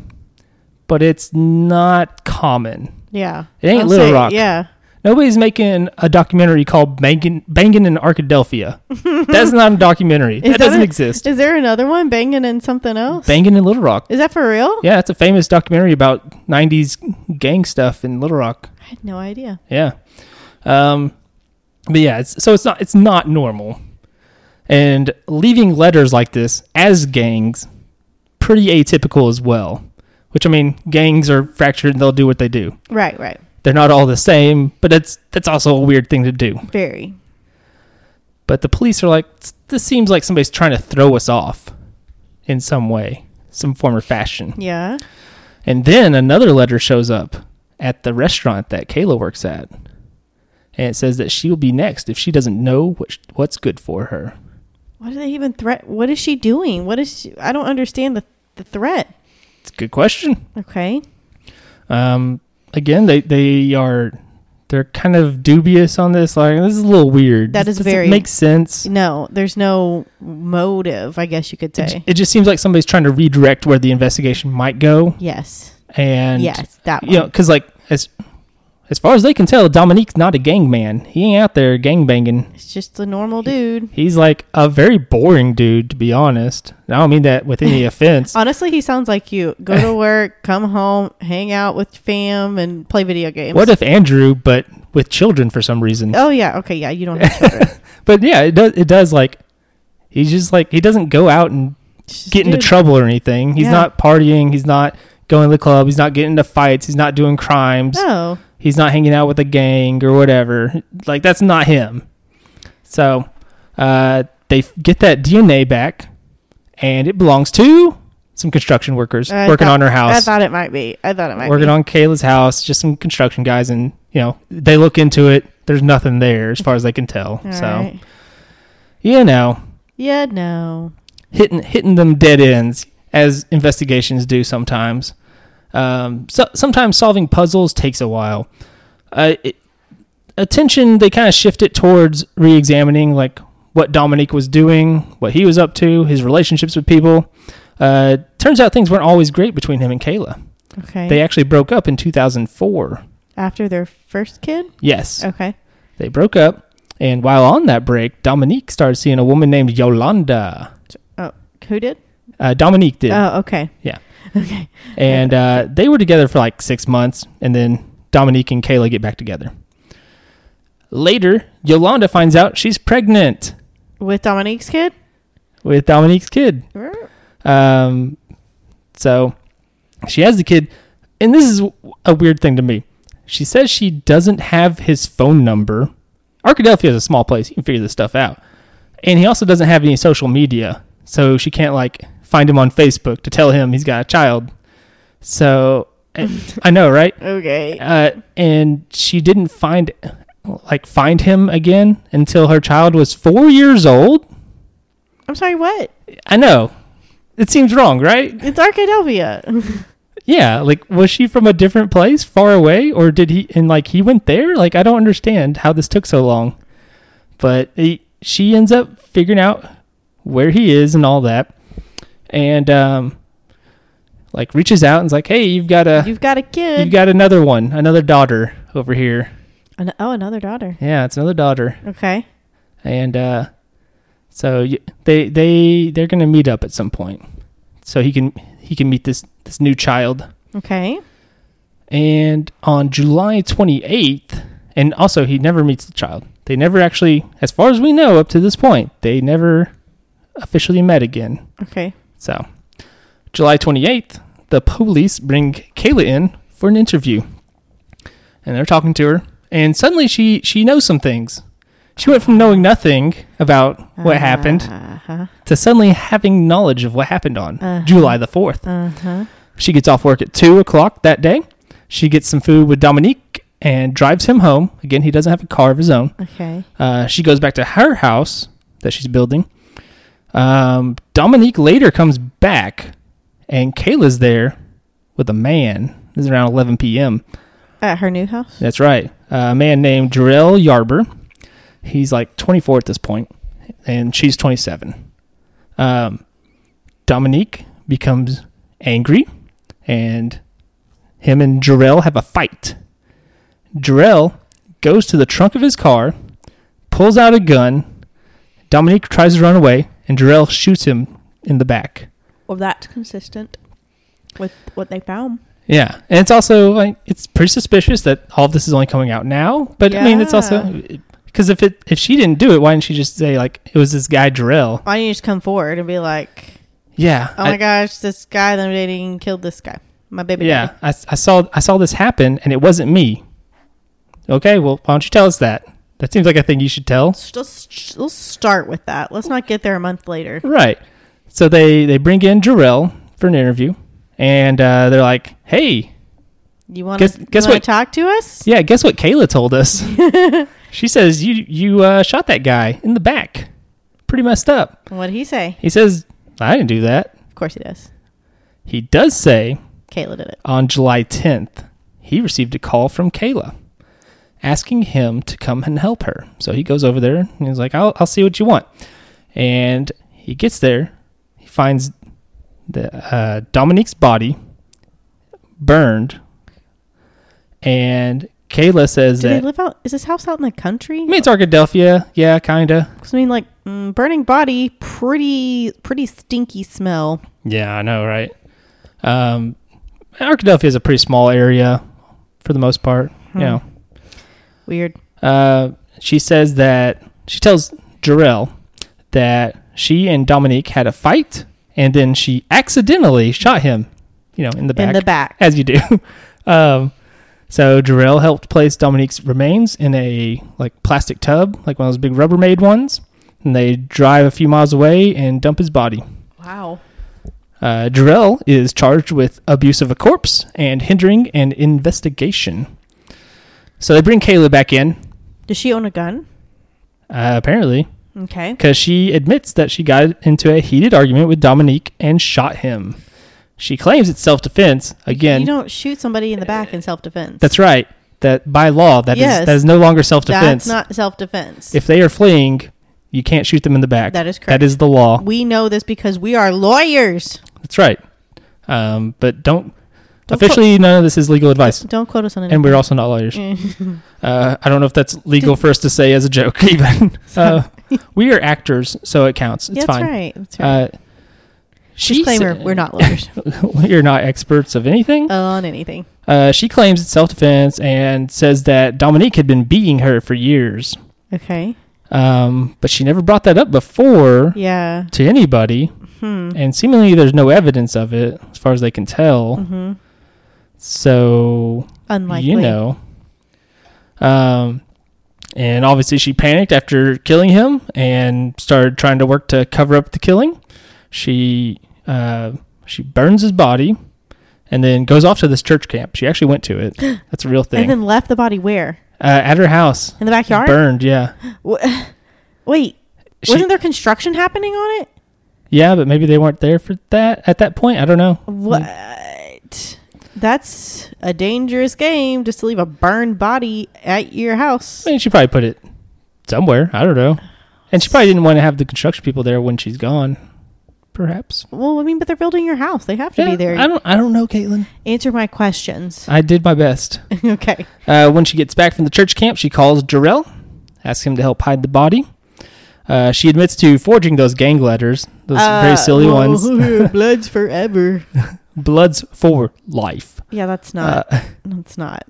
but it's not common. Yeah. It ain't I'll Little Rock. Yeah. Nobody's making a documentary called Bangin', Bangin' in Arkadelphia. That's not a documentary. Is that, that doesn't a- exist. Is there another one banging in something else? Bangin' in Little Rock. Is that for real? Yeah, it's a famous documentary about 90s gang stuff in Little Rock. I had no idea. Yeah. Um, but yeah, it's, so it's not it's not normal. And leaving letters like this as gangs pretty atypical as well. Which I mean, gangs are fractured and they'll do what they do. Right. Right. They're not all the same, but it's that's also a weird thing to do. Very. But the police are like this seems like somebody's trying to throw us off in some way, some form or fashion. Yeah. And then another letter shows up at the restaurant that Kayla works at. And it says that she'll be next if she doesn't know what sh- what's good for her. What are they even threat? What is she doing? What is she? I don't understand the the threat. It's a good question. Okay. Um, again, they, they are they're kind of dubious on this. Like this is a little weird. That is This doesn't very- make sense. No, there's no motive. I guess you could It, j- say. it just seems like somebody's trying to redirect where the investigation might go, yes. and yes, that one. you know, because like as as far as they can tell, Dominique's not a gang man. He ain't out there gang banging. It's just a normal dude. He's like a very boring dude, to be honest. And I don't mean that with any offense. Honestly, he sounds like you. Go to work, come home, hang out with fam, and play video games. What if Andrew, but with children for some reason? oh yeah, okay, yeah. You don't have children. But yeah, it does. It does like he's just like he doesn't go out and It's just get into dude. trouble or anything. He's Yeah. not partying. He's not going to the club. He's not getting into fights. He's not doing crimes. No, He's not hanging out with a gang or whatever. Like that's not him. So uh, they f- get that DNA back, and it belongs to some construction workers I working thought- on her I house, thought it might be. I thought it might working be. on Kayla's house. Just some construction guys, and you know they look into it. There's nothing there as far as they can tell. All so right. you know, Yeah, no. hitting hitting them dead ends as investigations do sometimes. Um, so sometimes solving puzzles takes a while. Uh, it, attention they kind of shift it towards re-examining like what Dominique was doing, what he was up to, his relationships with people. Uh, turns out things weren't always great between him and Kayla. Okay. They actually broke up in 2004. After their first kid. Yes, Okay. they broke up, and while on that break, Dominique started seeing a woman named Yolanda. Oh, Who did? Uh, Dominique did. Oh, okay. Yeah. Okay. And uh, they were together for like six months, and then Dominique and Kayla get back together. Later, Yolanda finds out she's pregnant With Dominique's kid. with Dominique's kid. Um, so she has the kid, and this is a weird thing to me. She says she doesn't have his phone number. Arkadelphia is a small place; you can figure this stuff out. And he also doesn't have any social media, so she can't like find him on Facebook to tell him he's got a child. So eh, I know, right? Okay. Uh, and she didn't find like find him again until her child was four years old. I'm sorry. What? I know. It seems wrong, right? It's Arcadelvia. Yeah, like was she from a different place, far away, or did he and like he went there? Like I don't understand how this took so long. But he, she ends up figuring out where he is and all that, and um, like reaches out and's like, "Hey, you've got a You've got a kid. you've Uh, got another one, another daughter over here. An- oh, another daughter. Yeah, it's another daughter." Okay. And uh, so y- they they they're gonna meet up at some point, so he can he can meet this this new child. Okay. And on July 28th, and also he never meets the child. They never actually, as far as we know up to this point, they never officially met again. Okay. So, July 28th, the police bring Kayla in for an interview. And they're talking to her, and suddenly she she knows some things. She went from knowing nothing about what happened Uh huh. to suddenly having knowledge of what happened on Uh-huh. July the 4th. Uh huh. She gets off work at two o'clock that day. She gets some food with Dominique and drives him home. Again, he doesn't have a car of his own. Okay. Uh, she goes back to her house that she's building. Um, Dominique later comes back, and Kayla's there with a man. This is around 11 p.m. At her new house. That's right. A man named Jarrell Yarber. He's like 24 at this point, and she's 27. Um, Dominique becomes angry, and him and Jarrell have a fight. Jarrell goes to the trunk of his car, pulls out a gun. Dominique tries to run away, and Jarrell shoots him in the back. Well, that's consistent with what they found. Yeah, and it's also like it's pretty suspicious that all of this is only coming out now. But I mean, it's also because if it if she didn't do it, why didn't she just say like it was this guy Drill? Why don't you just come forward and be like, Yeah, "Oh I- my gosh, this guy that I'm dating killed this guy, my baby." yeah. daddy." I, I saw I saw this happen, and it wasn't me. Okay, well, why don't you tell us that? That seems like a thing you should tell. Let's just let's start with that. Let's not get there a month later. Right. So they they bring in Jarrell for an interview, and uh, they're like, "Hey, You want Guess- to guess what- Talk to us. yeah, guess what? Kayla told us. she says you you uh, shot that guy in the back, pretty messed up." What would he say? He says, I didn't do that. Of course he does. He does say Kayla did it. on July 10th, he received a call from Kayla asking him to come and help her. So he goes over there and he's like, I'll, I'll see what you want. And he gets there. He finds the uh, Dominique's body burned. And Kayla says Do they that. live out? Is this house out in the country? I mean, it's Arkadelphia. Yeah, kinda. 'Cause I mean, like mm, burning body, pretty pretty stinky smell. Yeah, I know, right? Um, Arkadelphia is a pretty small area for the most part. Hmm. You know, Weird. Uh, she says that she tells Jarrell that she and Dominique had a fight, and then she accidentally shot him. You know, in the back, In the back. as you do. um, so Jarrell helped place Dominique's remains in a like plastic tub, like one of those big Rubbermaid ones, and they drive a few miles away and dump his body. Wow. Uh, Jarrell is charged with abuse of a corpse and hindering an investigation. So they bring Kayla back in, Does she own a gun? uh, apparently. Okay. because she admits that she got into a heated argument with Dominique and shot him. She claims it's self defense. Again, you don't shoot somebody in the back in self defense. Uh, that's right. That by law, that is Yes. that is no longer self That's defense. not self defense. if they are fleeing, you can't shoot them in the back. That is That is the law. We know this because we are lawyers. That's right. Um, but don't, Don't officially none of this is legal advice, Don't quote us on anything. and we're also not lawyers. Mm. Uh, I don't know if that's legal for us to say as a joke, even. Uh, we are actors, so it counts. that's It's fine. right. That's right. Uh, she Disclaimer: sa- We're not lawyers You're not experts of anything. on anything. Uh, she claims it's self defense and says that Dominique had been beating her for years. Okay. Um, but she never brought that up before Yeah. to anybody, Hmm. and seemingly there's no evidence of it as far as they can tell. hmm So, Unlikely. you know. Um, and obviously she panicked after killing him and started trying to work to cover up the killing. She uh, she burns his body and then goes off to this church camp. She actually went to it. That's a real thing. And then left the body where? uh, at her house. In the backyard? Burned, yeah. Wh- Wait, She- wasn't there construction happening on it? yeah, but maybe they weren't there for that at that point. I don't know. What? That's a dangerous game just to leave a burned body at your house. I mean, she probably put it somewhere. I don't know. And she probably didn't want to have the construction people there when she's gone, perhaps. Well, I mean, but they're building your house. They have to be Yeah, there. I don't. I don't know, Caitlin. Answer my questions. I did my best. okay. Uh, when she gets back from the church camp, she calls Jarrell, asks him to help hide the body. Uh, she admits to forging those gang letters, those Uh, very silly ones. ones. Bloods forever. Bloods for life. Yeah, that's not. Uh, that's not.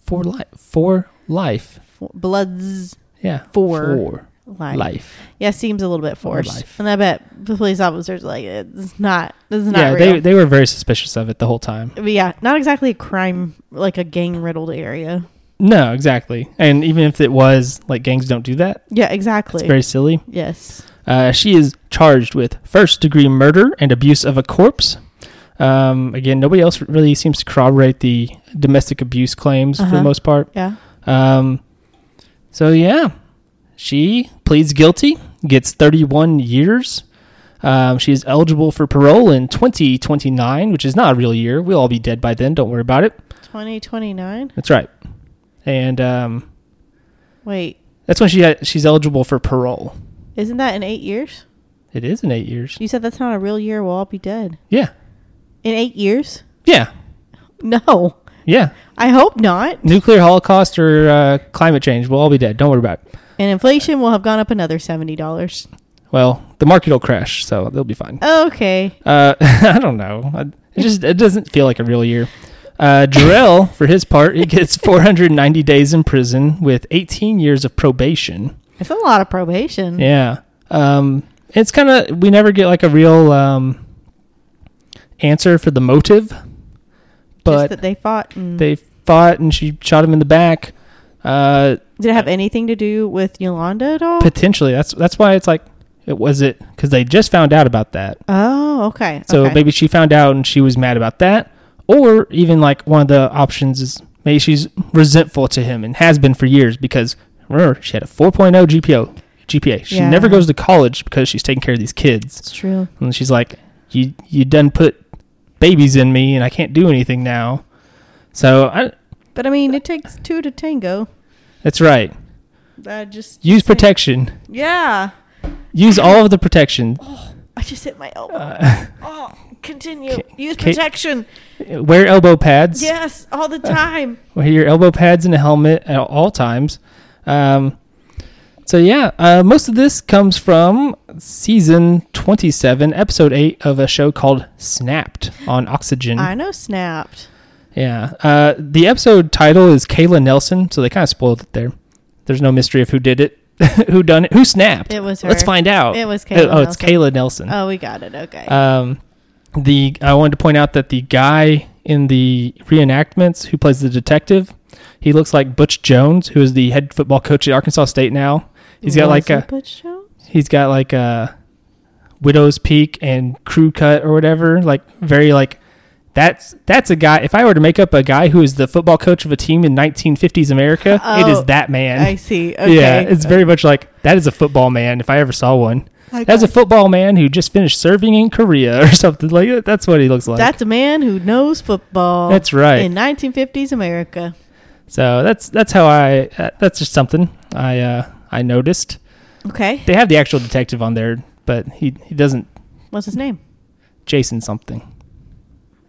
for life. For life. For, bloods Yeah. For for life. life. Yeah, seems a little bit forced. life. And I bet the police officers are like it's not. This is not Yeah, real. they they were very suspicious of it the whole time. But yeah, not exactly a crime like a gang riddled area. No, exactly. And even if it was like gangs don't do that, Yeah, exactly. it's very silly. yes. Uh, she is charged with first degree murder and abuse of a corpse. Um, again, nobody else really seems to corroborate the domestic abuse claims for Uh-huh. the most part. Yeah. Um, so, yeah, she pleads guilty, gets 31 years. Um, she is eligible for parole in 2029, which is not a real year. We'll all be dead by then. Don't worry about it. Twenty twenty nine. That's right. And um, Wait, that's when she she's eligible for parole. isn't that in eight years? It is in eight years. You said that's not a real year. We'll all be dead Yeah. in eight years. Yeah. No, Yeah. I hope not. nuclear holocaust or uh, climate change, we'll all be dead. Don't worry about it. And inflation will have gone up another seventy dollars. Well, the market will crash, so they'll be fine. Okay. Uh, I don't know. I- It just it doesn't feel like a real year. Uh, Jarrell, for his part, he gets 490 days in prison with 18 years of probation. It's a lot of probation. Yeah. Um, it's kind of we never get like a real um, answer for the motive, Just but that they fought. And they fought and she shot him in the back. Uh, did it have anything to do with Yolanda at all? potentially that's that's why it's like it was it because they just found out about that oh, okay. so okay. maybe she found out and she was mad about that or even like one of the options is maybe she's resentful to him and has been for years because remember she had a 4.0 gpo gpa she Yeah. never goes to college because she's taking care of these kids it's true. and she's like you you done put babies in me and i can't do anything now so I, But I mean, it takes two to tango. that's right I just use saying- protection Yeah. use all of the protection I just hit my elbow. Uh, oh, Continue. Ca- Use ca- protection. Wear elbow pads. Yes, all the Uh, time. Wear your elbow pads and a helmet at all times. Um, so yeah, uh, most of this comes from season 27, episode 8 of a show called Snapped on Oxygen. I know snapped. yeah. Uh, the episode title is Kayla Nelson, so they kind of spoiled it there. There's no mystery of who did it, who done it, who snapped. It was her. Let's find out. It was Uh, Kayla Oh, it's Nelson. Kayla Nelson. Oh, we got it. Okay. Um, the I wanted to point out that the guy in the reenactments who plays the detective, he looks like Butch Jones, who is the head football coach at Arkansas State now. He's got like a he's got like a widow's peak and crew cut or whatever, like very like that's that's a guy. If I were to make up a guy who is the football coach of a team in 1950s America, it Oh, is that man. I see. Okay. Yeah, it's very much like that is a football man if I ever saw one. That's a football man who just finished serving in Korea or something like that. That's what he looks like. That's a man who knows football. That's right. In 1950s America. so that's that's how I uh, that's just something I uh, I noticed. Okay. They have the actual detective on there, but he he doesn't What's his name? Jason something.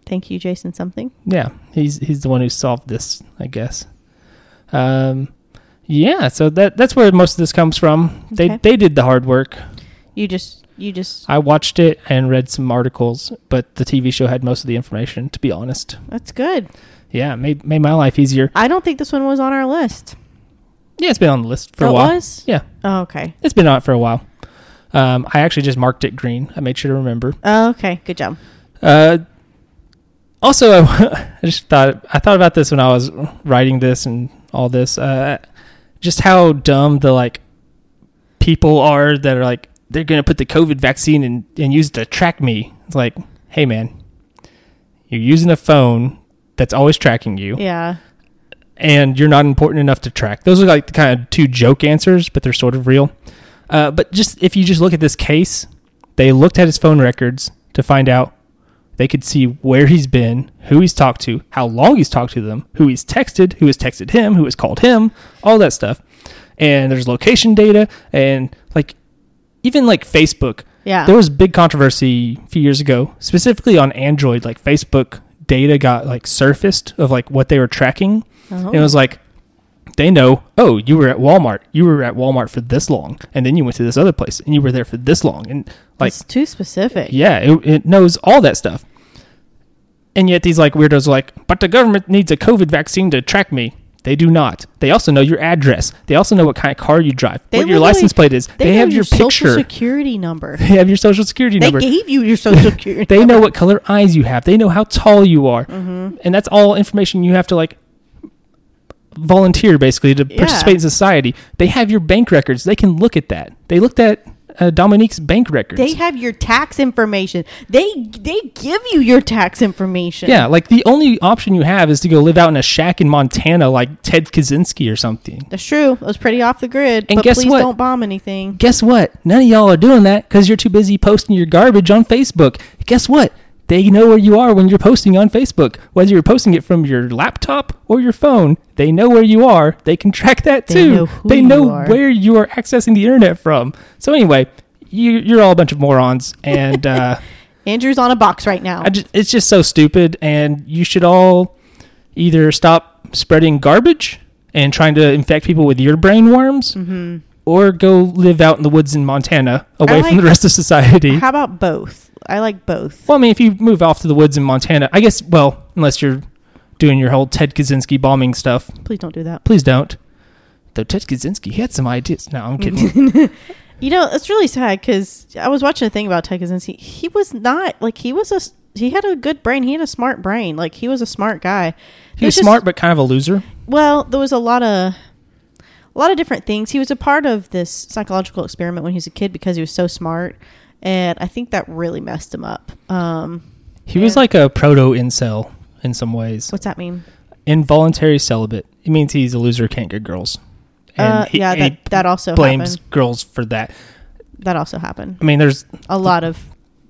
Thank you, Jason. Something. Yeah, he's he's the one who solved this, I guess. Um, yeah, so that that's where most of this comes from. They Okay. they did the hard work. You just. You just. I watched it and read some articles, but the TV show had most of the information. To be honest, That's good. yeah, made made my life easier. I don't think this one was on our list. Yeah, it's been on the list Oh, for a it while. was? Yeah, Oh, okay. it's been on it for a while. Um, I actually just marked it green. I made sure to remember. Oh, okay. Good job. Uh, also, I, I just thought I thought about this when I was writing this and all this. Uh, just how dumb the like people are that are like they're gonna put the COVID vaccine and and use it to track me. It's like, hey man, you're using a phone that's always tracking you Yeah. and you're not important enough to track. Those are like the kind of two joke answers, but they're sort of real. Uh, but just if you just look at this case, they looked at his phone records to find out they could see where he's been, who he's talked to, how long he's talked to them, who he's texted, who has texted him, who has called him, all that stuff. And there's location data and like even like Facebook. Yeah. There was big controversy a few years ago, specifically on Android, like Facebook data got like surfaced of like what they were tracking. Oh. And it was like, they know, oh, you were at Walmart. You were at Walmart for this long. And then you went to this other place and you were there for this long. And like, it's too specific. yeah, it, it knows all that stuff. And yet these like weirdos are like, but the government needs a COVID vaccine to track me. They do not. They also know your address. They also know what kind of car you drive, They what your literally- license plate is. They, know have your, social picture. security number. they have your social security They number. gave you your social security. They know what color eyes you have. They know how tall you are. Mm-hmm. And that's all information you have to like volunteer basically to participate Yeah. in society. They have your bank records. They can look at that. They looked at uh, Dominique's bank records. They have your tax information. They they give you your tax information. yeah, like the only option you have is to go live out in a shack in Montana like Ted Kaczynski or something. that's true. It was pretty off the grid. And but guess please what? don't bomb anything. Guess what? None of y'all are doing that because you're too busy posting your garbage on Facebook. Guess what? They know where you are when you're posting on Facebook. Whether you're posting it from your laptop or your phone, they know where you are. They can track that They too. know who they you know are. where you are accessing the internet from. So anyway, you, you're all a bunch of morons, and uh, Andrew's on a box right now. I just, it's just so stupid. And you should all either stop spreading garbage and trying to infect people with your brain worms, Mm-hmm. or go live out in the woods in Montana, away like- from the rest of society. How about both? I like both. well, I mean, if you move off to the woods in Montana, I guess. Well, unless you're doing your whole Ted Kaczynski bombing stuff, Please don't do that. please don't. Though Ted Kaczynski he had some ideas. No, I'm kidding. You know, it's really sad because I was watching a thing about Ted Kaczynski. He was not like he was a s- he had a good brain. He had a smart brain. Like he was a smart guy. he It's was just- smart, but kind of a loser. Well, there was a lot of a lot of different things. He was a part of this psychological experiment when he was a kid because he was so smart, and I think that really messed him up. Um, He was Yeah. like a proto incel in some ways. what's that mean? involuntary celibate. It means he's a loser, can't get girls. Uh, yeah, that- that also blames happened. girls for that. That also happened. I mean, there's A lot of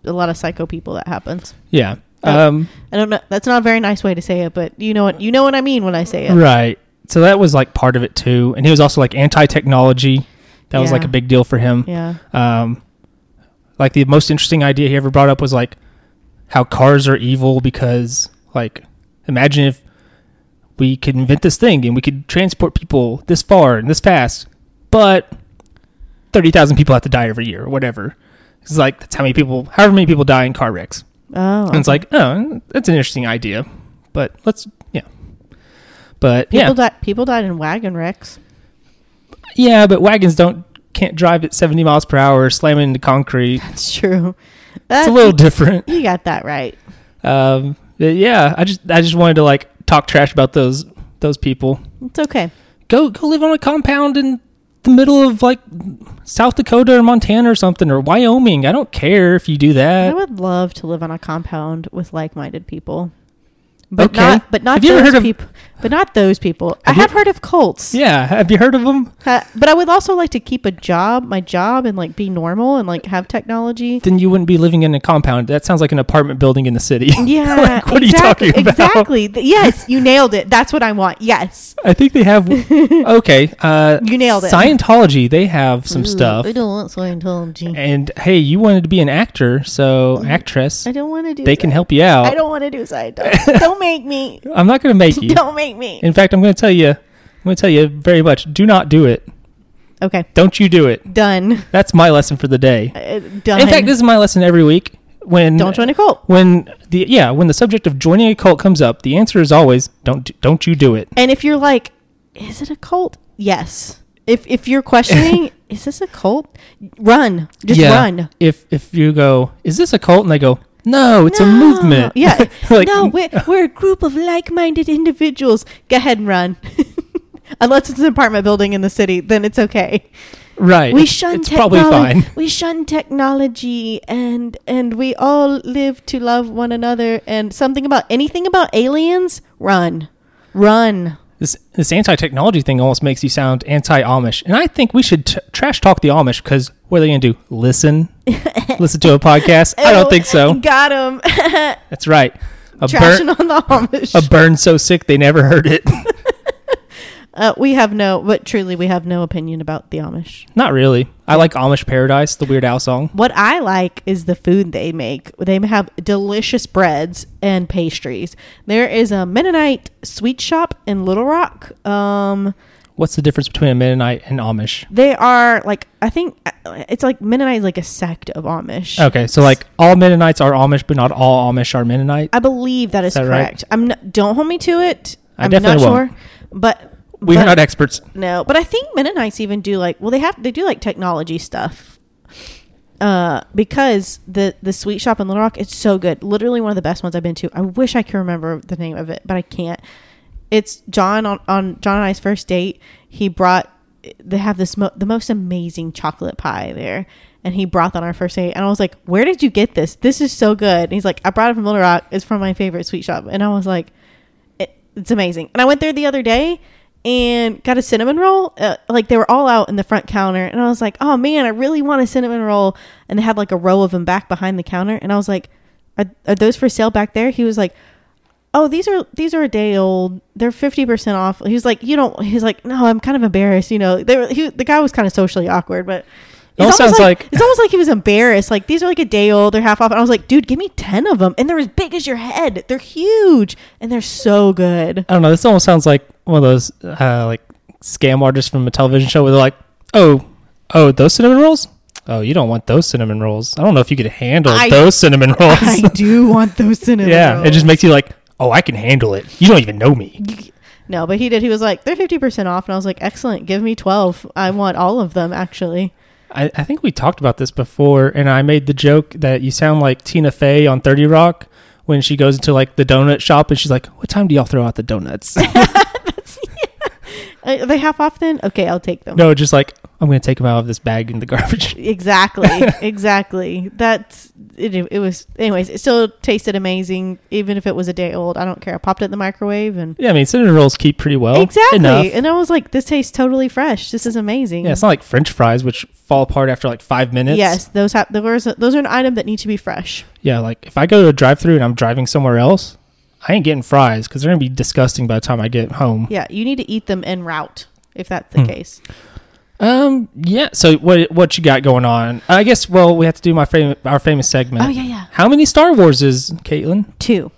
a lot of psycho people that happens. yeah, Uh, um, I don't know. That's not a very nice way to say it, but you know what you know what I mean when I say it. right. So that was like part of it too, and he was also like anti-technology. That was Yeah. like a big deal for him. Yeah. Um, like the most interesting idea he ever brought up was like how cars are evil because like imagine if we could invent this thing and we could transport people this far and this fast, but thirty thousand people have to die every year or whatever. It's like that's how many people, however many people die in car wrecks. Oh, And it's like, oh, that's an interesting idea, but let's yeah, but people yeah, died. People died in wagon wrecks. yeah, but wagons don't can't drive at seventy miles per hour, slamming into concrete. That's true. It's That's a little different. You got that right. Um, but yeah, I just I just wanted to like talk trash about those those people. It's okay. Go go live on a compound in the middle of like South Dakota or Montana or something or Wyoming. I don't care if you do I that. would love to live on a compound with like-minded people, but Okay. not but not Have you ever those heard of- people. But not those people. I Have you- have heard of cults. Yeah, have you heard of them? Uh, but I would also like to keep a job, my job, and like be normal and like have technology. Then you wouldn't be living in a compound. That sounds like an apartment building in the city. Yeah. Like, what exactly, are you talking about? Exactly. Th- Yes, you nailed it. That's what I want. Yes. I think they have. Okay, uh, You nailed it. Mm-hmm. Scientology. They have some stuff. I don't want Scientology. And hey, you wanted to be an actor, so actress. Mm-hmm. I don't want to do. They can Sci- help you out. I don't want to do Scientology. don't make me. I'm not going to make you. Don't make me. In fact, I'm going to tell you. I'm going to tell you very much. Do not do it. Okay. Don't you do it. Done. That's my lesson for the day. Uh, done. In fact, this is my lesson every week. When don't join a cult. when the yeah when the subject of joining a cult comes up, the answer is always don't do- don't you do it. And if you're like, is it a cult? Yes. If if you're questioning, is this a cult? Run. Just Yeah. run. If if you go, is this a cult? And they go, no, it's a No. movement. Yeah. Like, no, we're, we're a group of like minded individuals. Go ahead and run. Unless it's an apartment building in the city, then it's okay. right. we It's- shun It's technology. probably fine. We shun technology, and and we all live to love one another. And something about anything about aliens, run, run. This this anti technology thing almost makes you sound anti Amish, and I think we should t- trash talk the Amish because what are they going to do? Listen, listen to a podcast? I don't Oh, think so. Got him. That's right. A Trashing on burn, the Amish. a burn so sick they never heard it. uh, we have no, but truly, we have no opinion about the Amish. Not really. I like Amish Paradise, the Weird Al song. What I like is the food they make. They have delicious breads and pastries. There is a Mennonite sweet shop in Little Rock. Um, What's the difference between a Mennonite and Amish? they are like I think uh, it's like Mennonite is like a sect of Amish. Okay, so like all Mennonites are Amish, but not all Amish are Mennonite. I believe that is, that right? correct. I'm not, don't hold me to it. I am definitely not won't. sure, but We but- are not experts. No, but I think Mennonites even do like well they have they do like technology stuff. Uh, because the the sweet shop in Little Rock, it's so good. Literally one of the best ones I've been to. I wish I could remember the name of it, but I can't. It's John on, on John and I's first date. He brought they have this mo- the most amazing chocolate pie there, and he brought that on our first date. And I was like, "Where did you get this? This is so good." And he's like, "I brought it from Little Rock. It's from my favorite sweet shop." And I was like, it, it's amazing. And I went there the other day and got a cinnamon roll. Uh, like they were all out in the front counter, and I was like, "Oh man, I really want a cinnamon roll." And they had like a row of them back behind the counter, and I was like, "Are, are those for sale back there?" He was like, "Oh, these are these are a day old. They're fifty percent off." He was like, "You don't." He's like, "No, I'm kind of embarrassed." You know, they were, he, the guy was kind of socially awkward, but. It all it's almost sounds like- it's almost like he was embarrassed. Like these are like a day old, they're half off. And I was like, dude, give me ten of them, and they're as big as your head. They're huge, and they're so good. I don't know. This almost sounds like one of those uh, like scam artists from a television show where they're like, "Oh, oh, those cinnamon rolls? Oh, you don't want those cinnamon rolls? I don't know if you could handle I- those cinnamon rolls." I do want those cinnamon. yeah, rolls. it just makes you like, "Oh, I can handle it." You don't even know me. no, but he did. He was like, they're fifty percent off, and I was like, excellent. Give me twelve. I want all of them. Actually, I, I think we talked about this before, and I made the joke that you sound like Tina Fey on Thirty Rock when she goes into like the donut shop and she's like, "What time do y'all throw out the donuts?" Uh, are they half off then? Okay, I'll take them. no, just like I'm gonna take them out of this bag in the garbage. Exactly, exactly. That's it. It was, anyways. It still tasted amazing, even if it was a day old. I don't care. I popped it in the microwave and. yeah, I mean cinnamon rolls keep pretty well. exactly. enough. And I was like, this tastes totally fresh. This is amazing. Yeah, it's not like French fries, which fall apart after like five minutes. Yes, those have those are, those are an item that need to be fresh. Yeah, like if I go to a drive through and I'm driving somewhere else, I ain't getting fries because they're gonna be disgusting by the time I get home. Yeah, you need to eat them en route if that's the Hmm. case. Um. Yeah. So what what you got going on? I guess. Well, we have to do my fam- our famous segment. Oh yeah, yeah. How many Star Wars is Caitlin? Two.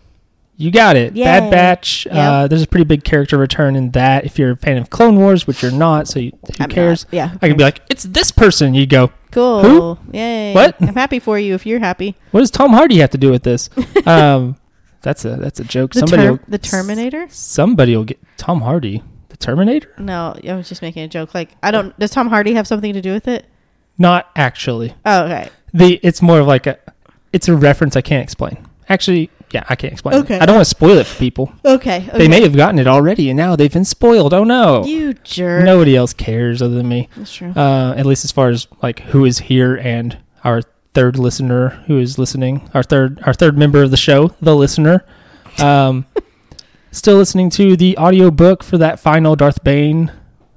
You got it. Yay. Bad Batch. Uh, Yep. there's a pretty big character return in that. If you're a fan of Clone Wars, which you're not, so you, who I'm not. cares? Yeah. I could be like, it's this person. You go. Cool. Who? Yay. What? I'm happy for you if you're happy. What does Tom Hardy have to do with this? um, that's a that's a joke. The, somebody ter- will, the Terminator? Somebody will get Tom Hardy. The Terminator? No, I was just making a joke. Like, I don't. Does Tom Hardy have something to do with it? Not actually. Oh, okay. The it's more of like a it's a reference I can't explain. Actually, yeah, I can't explain. it. Okay. I don't want to spoil it for people. Okay. okay. They may have gotten it already, and now they've been spoiled. Oh no! You jerk. Nobody else cares other than me. That's true. Uh, at least as far as like who is here and our third listener who is listening, our third our third member of the show, the listener. Um, still listening to the audiobook for that final Darth Bane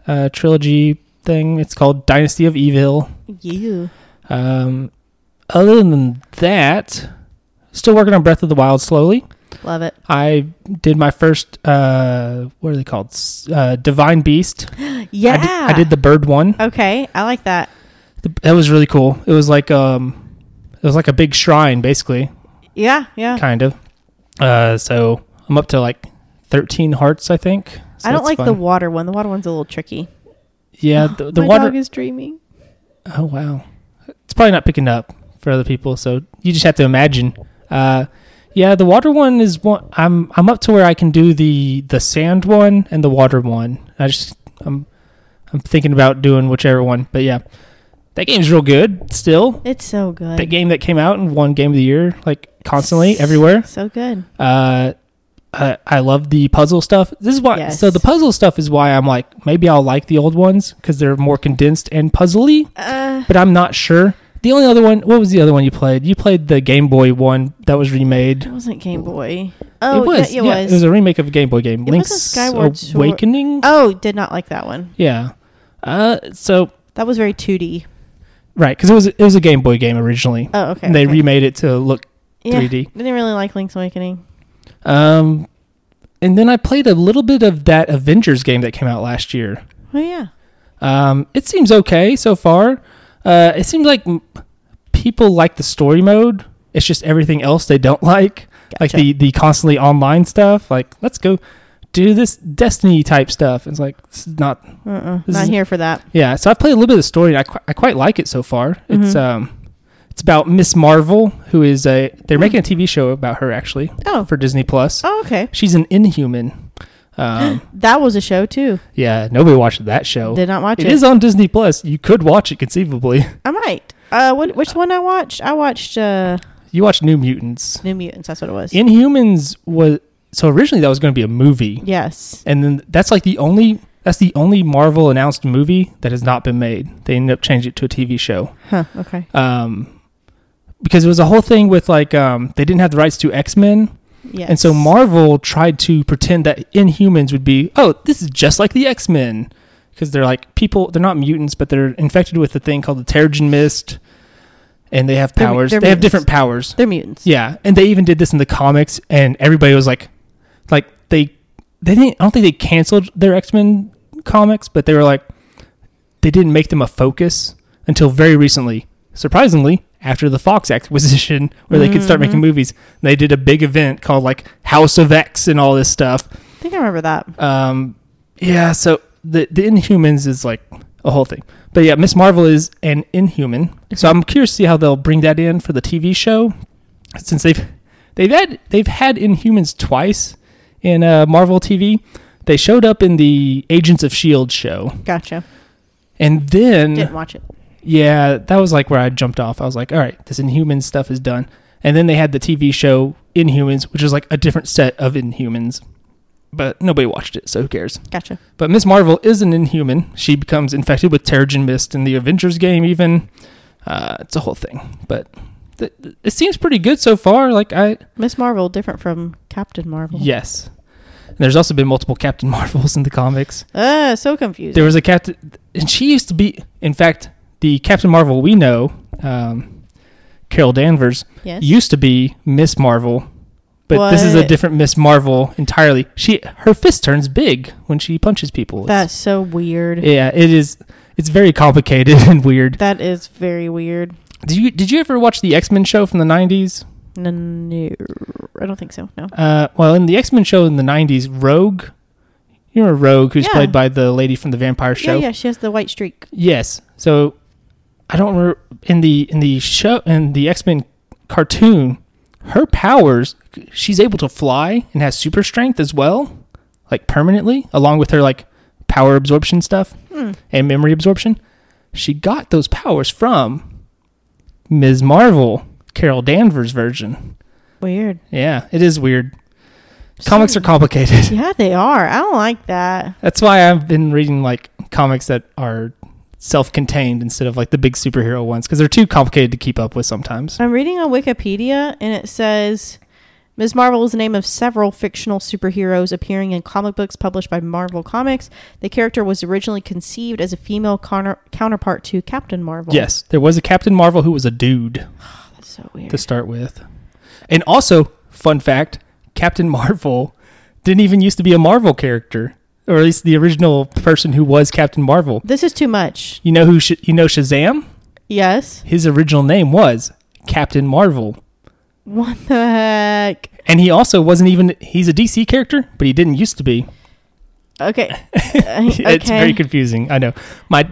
uh, trilogy thing. It's called Dynasty of Evil. you. Um, other than that, still working on Breath of the Wild slowly. Love it. I did my first uh, what are they called? S- Uh, Divine Beast. Yeah. I did, I did the bird one. Okay. I like that. The- That was really cool. It was like um, it was like a big shrine, basically, Yeah. Yeah. kind of. Uh, so I'm up to like 13 hearts, I think. So I don't it's like the fun. water one. The water one's a little tricky. yeah the, the My water. dog is dreaming. oh wow, it's probably not picking up for other people. So you just have to imagine. Uh, yeah, the water one is one. I'm I'm up to where I can do the the sand one and the water one. I just I'm I'm thinking about doing whichever one. But yeah, that game's real good still. It's so good. that game that came out and won game of the year like constantly everywhere So good. uh I, I love the puzzle stuff this is why Yes. so the puzzle stuff is why i'm like maybe i'll like the old ones because they're more condensed and puzzly Uh, but i'm not sure the only other one what was the other one you played you played the game boy one that was remade it wasn't Game Boy. Oh, it was yeah, it was. it was a remake of a game boy game It wasn't link's Skyward Sword. awakening oh, did not like that one. yeah uh so That was very 2D. right because it was it was a game boy game originally Oh, okay. and they okay. remade it to look Yeah, 3D. Didn't really like Link's Awakening. Um, and then I played a little bit of that Avengers game that came out last year. Oh yeah. Um, it seems okay so far. Uh, it seems like m- people like the story mode. It's just everything else they don't like, like Gotcha. the the constantly online stuff. Like let's go do this Destiny type stuff. It's like this is not Uh-uh. This Not is- here for that. yeah, so I played a little bit of the story. And I qu- I quite like it so far. It's um, it's about Miss Marvel, who is a they're making a TV show about her actually Oh. for Disney Plus. Oh, okay. She's an Inhuman. Um, That was a show too. yeah, nobody watched that show. Did not watch It it. is on Disney Plus. You could watch it conceivably. I might. Uh, what, which one I watched? I watched uh, You watch New Mutants. New Mutants. That's what it was. Inhumans was so originally that was going to be a movie, yes. and then that's like the only that's the only Marvel announced movie that has not been made. They ended up changing it to a TV show. Huh. Okay. Um, because it was a whole thing with like um, they didn't have the rights to X Men, Yes. And so Marvel tried to pretend that Inhumans would be, oh, this is just like the X Men, because they're like people. They're not mutants, but they're infected with a thing called the Terrigen Mist, and they have They're- powers. they're they have mutants. different powers. they're mutants. Yeah, and they even did this in the comics, and everybody was like, like they, they didn't. I don't think they canceled their X Men comics, but they were like, they didn't make them a focus until very recently. Surprisingly, after the Fox acquisition, where they could start making movies, they did a big event called like House of X and all this stuff. I think I remember that. Um, yeah, so the the Inhumans is like a whole thing, but yeah, Miss Marvel is an Inhuman, so I'm curious to see how they'll bring that in for the TV show, since they've they've had they've had Inhumans twice in uh, Marvel TV. They showed up in the Agents of Shield E show, Gotcha. and then Didn't watch it. yeah, that was like where I jumped off. I was like, all right, this Inhuman stuff is done. And then they had the TV show Inhumans, which is like a different set of Inhumans, but nobody watched it, so who cares? Gotcha. But Miss Marvel is an Inhuman. She becomes infected with Terrigen Mist in the Avengers game. Even uh, it's a whole thing, but th- th- it seems pretty good so far. Like I Miss Marvel, different from Captain Marvel. yes, and there's also been multiple Captain Marvels in the comics. Uh, so confused. There was a captain, and she used to be. In fact, the Captain Marvel we know, um, Carol Danvers, yes. used to be Miss Marvel, but this is a What? different Miss Marvel entirely. She her fist turns big when she punches people. It's- That's so weird. yeah, it is. it's very complicated and weird. That is very weird. Did you did you ever watch the X Men show from the nineties? No, no, I don't think so. No. Uh, well, in the X Men show in the nineties, Rogue, you remember Rogue, who's Yeah. played by the lady from the Vampire Show. Yeah, yeah, she has the white streak. Yes. So I don't remember in the in the show in the X Men cartoon, her powers she's able to fly and has super strength as well, like permanently, along with her like power absorption stuff Hmm. and memory absorption. She got those powers from Ms. Marvel, Carol Danvers' version. Weird. Yeah, it is weird. Comics are complicated. Yeah, they are. I don't like that. That's why I've been reading like comics that are self-contained instead of like the big superhero ones because they're too complicated to keep up with sometimes. I'm reading on Wikipedia and it says Ms. Marvel is the name of several fictional superheroes appearing in comic books published by Marvel Comics. The character was originally conceived as a female counter- counterpart to Captain Marvel. Yes, there was a Captain Marvel who was a dude That's so weird. to start with, and also fun fact: Captain Marvel didn't even used to be a Marvel character, or at least the original person who was Captain Marvel. this is too much. You know who? Sh- you know Shazam? Yes. His original name was Captain Marvel. What the heck? And he also wasn't even, he's a DC character, but he didn't used to be. Okay. Uh, It's very confusing. I know. My,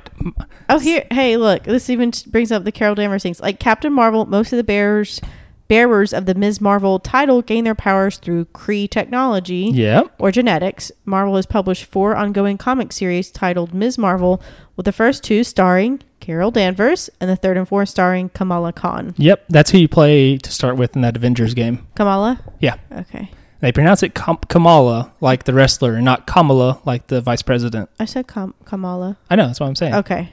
Oh, here, hey, look, this even t- brings up the Carol Danvers things. Like Captain Marvel, most of the bearers, bearers of the Ms. Marvel title gain their powers through Kree technology yeah. or genetics. Marvel has published four ongoing comic series titled Ms. Marvel, with the first two starring Carol Danvers and the third and fourth starring Kamala Khan. Yep. That's who you play to start with in that Avengers game. Kamala? Yeah. Okay. They pronounce it Kam- Kamala like the wrestler and not Kamala like the vice president. I said Kam- Kamala. I know. That's what I'm saying. Okay.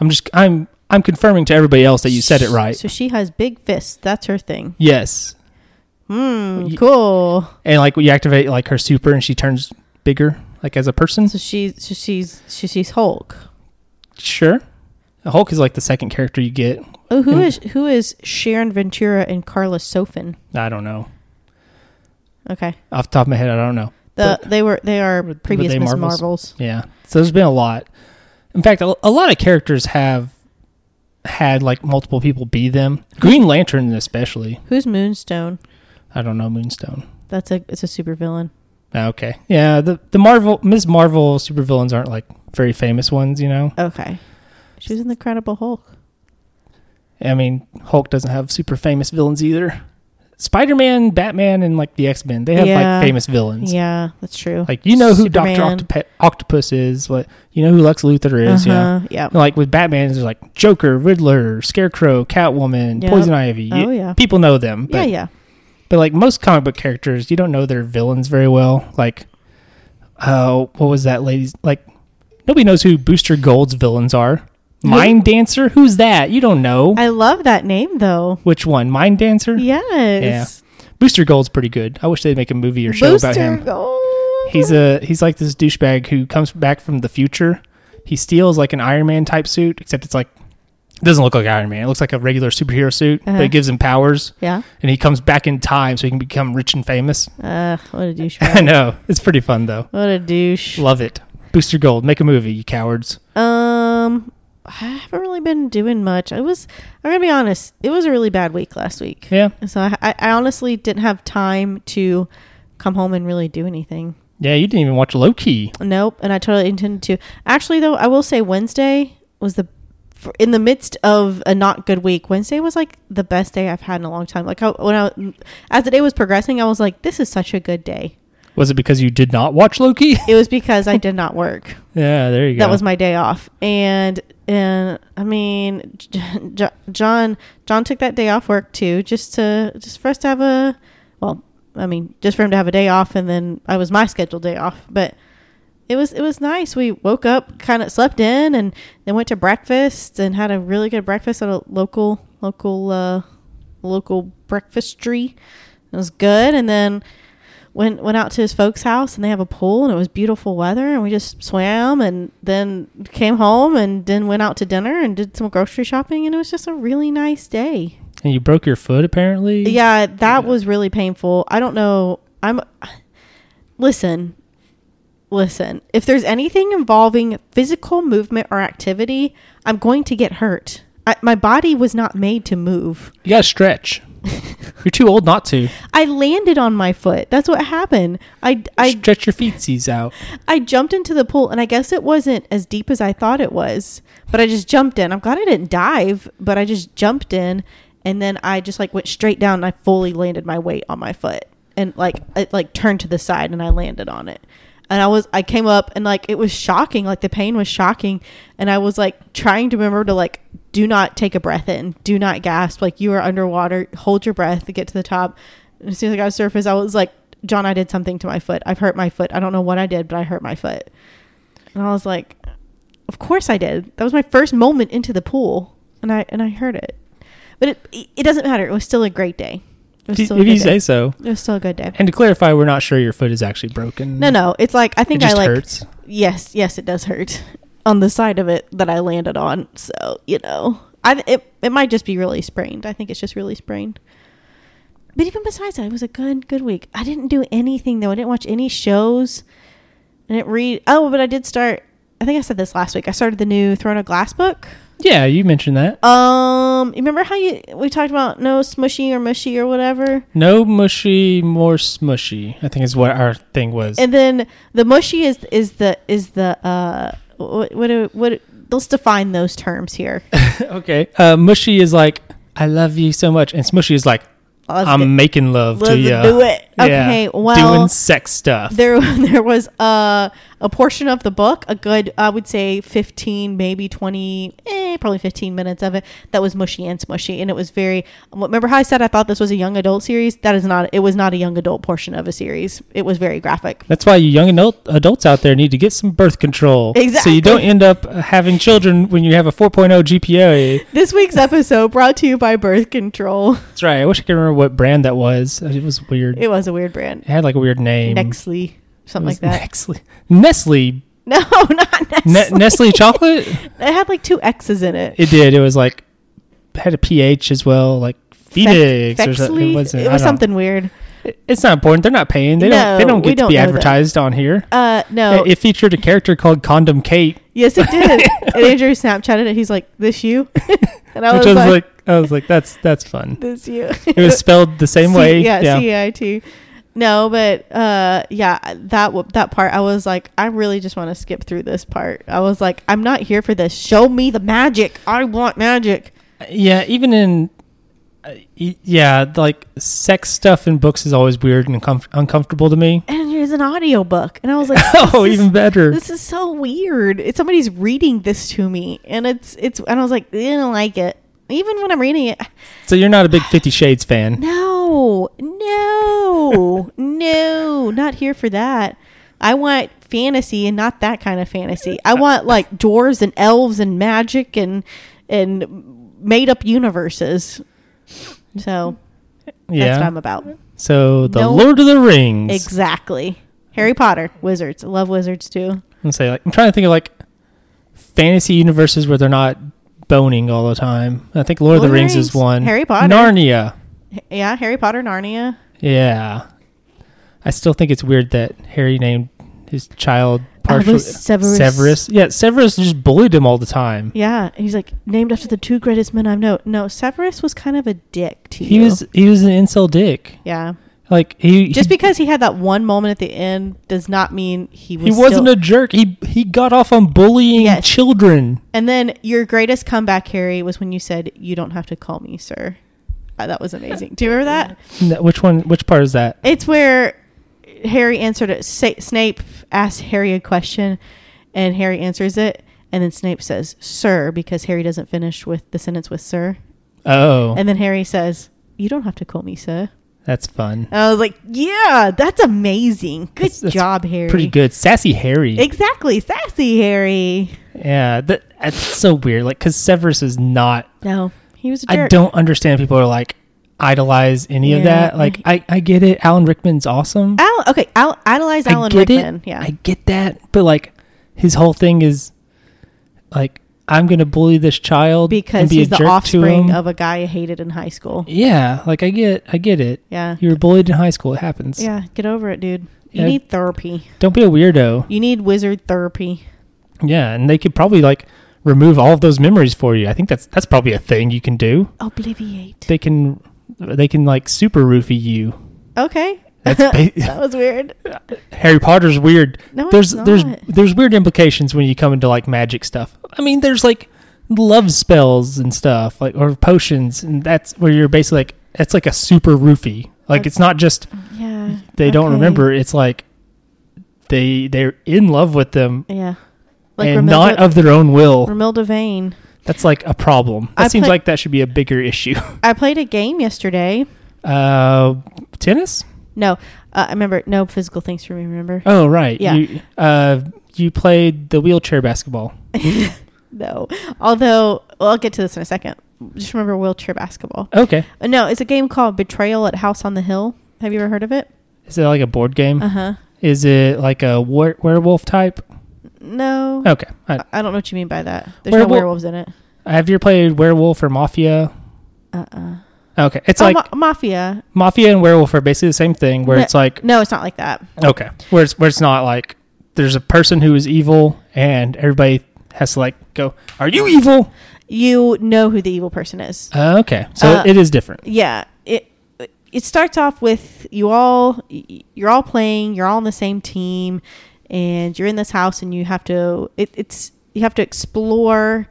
I'm just, I'm, I'm confirming to everybody else that you said it right. So she has big fists. That's her thing. Yes. Hmm. Ye- Cool. And like you activate like her super and she turns bigger, like as a person. So she's so she's she, she's Hulk. Sure. Hulk is like the second character you get. Oh, who And- is who is Sharon Ventura and Carla Sofin? I don't know. Okay, Off the top of my head, I don't know. the But- they were they are Were- were previous they Miss Marvels? Marvels? Yeah. So there's been a lot. In fact, a, a lot of characters have had like multiple people be them. Green Lantern, especially. Who's Moonstone? I don't know Moonstone. That's a it's a supervillain. Ah, Okay. Yeah. The the Marvel Ms. Marvel supervillains aren't like very famous ones. You know. Okay, she was in the Incredible Hulk. I mean, Hulk doesn't have super famous villains either. Spider Man, Batman, and like the X Men, they have Yeah. like famous villains. Yeah, that's true. Like you know who Doctor Superman. Octope- Octopus is, what you know who Lex Luthor is. Yeah. Uh-huh, yeah. Like with Batman, there's like Joker, Riddler, Scarecrow, Catwoman, Yep. Poison Ivy. Oh, yeah. People know them. But, yeah, yeah. But like most comic book characters, you don't know their villains very well. Like, oh, what was that lady's? Like, nobody knows who Booster Gold's villains are. Who? Mind Dancer? Who's that? You don't know. I love that name though. Which one? Mind Dancer? Yes. Booster Gold's pretty good. I wish they'd make a movie or show Booster about him. Gold. He's a he's like this douchebag who comes back from the future. He steals like an Iron Man type suit, except it's like it doesn't look like Iron Man. It looks like a regular superhero suit, but Uh-huh. it gives him powers, yeah. and he comes back in time so he can become rich and famous. Uh, what a douche. I know it's pretty fun though. what a douche. Love it. Booster Gold, make a movie, you cowards. Um, I haven't really been doing much. I was, I'm gonna be honest, it was a really bad week last week. Yeah, So I, I I honestly didn't have time to come home and really do anything. yeah. You didn't even watch Loki. Nope. And I totally intended to. Actually, though, I will say Wednesday was the, for, in the midst of a not good week, Wednesday was like the best day I've had in a long time. Like I, when I, as the day was progressing, I was like, this is such a good day. Was it because you did not watch Loki? It was because I did not work. yeah, there you go. that was my day off and and i mean J- J- john john took that day off work too just to just for us to have a well i mean just for him to have a day off and then i was my scheduled day off but it was it was nice we woke up kind of slept in and then went to breakfast and had a really good breakfast at a local local uh local breakfastry it was good and then went went out to his folks' house and they have a pool and it was beautiful weather and we just swam and then came home and then went out to dinner and did some grocery shopping and it was just a really nice day. and you broke your foot apparently. Yeah, that Yeah. was really painful. I don't know. I'm listen. Listen, if there's anything involving physical movement or activity, I'm going to get hurt. I, my body was not made to move. You gotta stretch. You're too old not to. I landed on my foot. That's what happened. I, I, stretch your feetsies out. I jumped into the pool, and I guess it wasn't as deep as I thought it was, but I just jumped in. I'm glad I didn't dive, but I just jumped in, and then I just like went straight down. And I fully landed my weight on my foot, and like it like turned to the side, and I landed on it. And I was I came up, and like it was shocking. Like the pain was shocking, and I was like trying to remember to like do not take a breath in, do not gasp. Like you are underwater, hold your breath to get to the top. And as soon as I got to surface, I was like, John, I did something to my foot. I've hurt my foot. I don't know what I did, but I hurt my foot. And I was like, Of course I did. That was my first moment into the pool, and I and I hurt it. But it it doesn't matter. It was still a great day. It was If still a you good say day. so. It was still a good day. And to clarify, we're not sure your foot is actually broken. No, no. It's like I think just I like hurts. yes, yes, it does hurt on the side of it that I landed on. So you know, I it it might just be really sprained. I think it's just really sprained. But even besides that, it was a good good week. I didn't do anything though. I didn't watch any shows. I didn't read. Oh, but I did start. I think I said this last week. I started the new Throne of Glass book. Yeah, you mentioned that. Um, you remember how you we talked about no smushy or mushy or whatever. no mushy, more smushy. I think is what our thing was. And then the mushy is is the is the uh what what do- what let's define those terms here. okay, uh, mushy is like I love you so much, and smushy is like Let's I'm get- making love to let's you. do it. Okay, well- doing sex stuff. there there was a a portion of the book, a good I would say 15 maybe 20 eh, probably 15 minutes of it that was mushy and smushy and it was very remember how I said I thought this was a young adult series? That is not it was not a young adult portion of a series. It was very graphic. That's why you young adult, adults out there need to get some birth control. So Exactly. you don't end up uh, having children when you have a 4.0 GPA. This week's episode brought to you by Birth Control. That's right. I wish I could remember what brand that was. It was weird. It, It was a weird brand. had like a weird name. Nextly, It something was like that. Nextly. Nestle. No, not Ne- Nestle. Nestle chocolate? It had like two X's in it. It did. It was like, had a pH as well, like Phoenix or something. Fexley? It I was don't know. something weird. It- It's not important. They're not paying. They don't. They No, don't we get to don't be know that. advertised on here. Uh, no. It- it featured a character called Condom Kate. yes, it did. and Andrew Snapchatted it. He's like, "This you," and I which was, like, I was like, that's that's fun. "This you." It was spelled the same way. Yeah, yeah. C I T. No, but uh, yeah, that w- that part, I was like, I really just want to skip through this part. I was like, I'm not here for this. Show me the magic. I want magic. Yeah, Even in, uh, y- yeah, like sex stuff in books is always weird and uncomf- uncomfortable to me. And here's an audiobook. And I was like, oh, this is- even better. this is so weird. It's somebody's reading this to me, and it's it's and I was like, I don't like it. Even when I'm reading it, so you're not a big Fifty Shades fan. no, no, no, not here for that. I want fantasy and not that kind of fantasy. I want like dwarves and elves and magic and and made up universes. So that's what yeah. I'm about. So the No. Lord of the Rings. Exactly. Harry Potter, wizards. I love wizards too. I'm say like I'm trying to think of like fantasy universes where they're not boning all the time. I think Lord, of the Rings, is one. Harry Potter. Narnia. H- Yeah, Harry Potter, Narnia. Yeah. I still think it's weird that Harry named his child partially Albus Severus. Severus. Yeah, Severus just bullied him all the time. Yeah, and he's like named after the two greatest men I've known. No, Severus was kind of a dick to He you. was he was an incel dick. yeah. Like he Just he, because he had that one moment at the end does not mean he was. he wasn't still- a jerk. He he got off on bullying Yes. children. and then your greatest comeback, Harry, was when you said, "You don't have to call me sir." Uh, that was amazing. Do you remember that? No, Which one? Which part is that? It's where Harry answered it. Sa- Snape asked Harry a question, and Harry answers it, and then Snape says "sir" because Harry doesn't finish with the sentence with "sir," Oh, and then Harry says, "You don't have to call me sir." that's fun. And I was like, yeah, that's amazing. Good That's- that's job, Harry. Pretty good, sassy Harry. Exactly. Sassy Harry. yeah, that, that's so weird. Like, cause Severus is not No, he was a jerk. I don't understand people who are like idolize any of Yeah, that. Like I, I get it. Alan Rickman's awesome. Al- okay, Al- idolize Alan I get Rickman. it. Yeah. I get that. But like his whole thing is like I'm gonna bully this child because and be he's a the jerk offspring to him. of a guy I hated in high school. yeah. Like I get I get it. Yeah. You were bullied in high school. It happens. Yeah, get over it, dude. You Yeah. need therapy. Don't be a weirdo. You need wizard therapy. Yeah, and they could probably like remove all of those memories for you. I think that's that's probably a thing you can do. Obliviate. They can they can like super roofie you. Okay. That's ba- that was weird. Harry Potter's weird. No, there's it's there's not. there's weird implications when you come into like magic stuff. I mean, there's like love spells and stuff, like or potions, and that's where you're basically like it's like a super roofie. Like it's not just Yeah. they don't okay. remember. It's like they they're in love with them Yeah. and not of their own will. Romilda Vane. That's like a problem. That I seems play- like that should be a bigger issue. I played a game yesterday. Uh, tennis? No, uh, I remember no physical things for me. Remember? Oh, right. Yeah. You, uh, you played the wheelchair basketball. No. Although, well, I'll get to this in a second. Just remember wheelchair basketball. Okay. Uh, No, it's a game called Betrayal at House on the Hill. Have you ever heard of it? Is it like a board game? Uh huh. Is it like a were- werewolf type? No. Okay. I, I, I don't know what you mean by that. There's Werewolf- no werewolves in it. have you played werewolf or mafia? Uh uh Okay. It's oh, like ma- mafia. mafia and werewolf are basically the same thing where No- it's like, No, it's not like that. okay, where it's, where it's not like there's a person who is evil and everybody has to like go, are you evil? You know who the evil person is. Uh, okay. So Uh, it is different. yeah it it starts off with you all y- you're all playing you're all on the same team and you're in this house and you have to it, it's you have to explore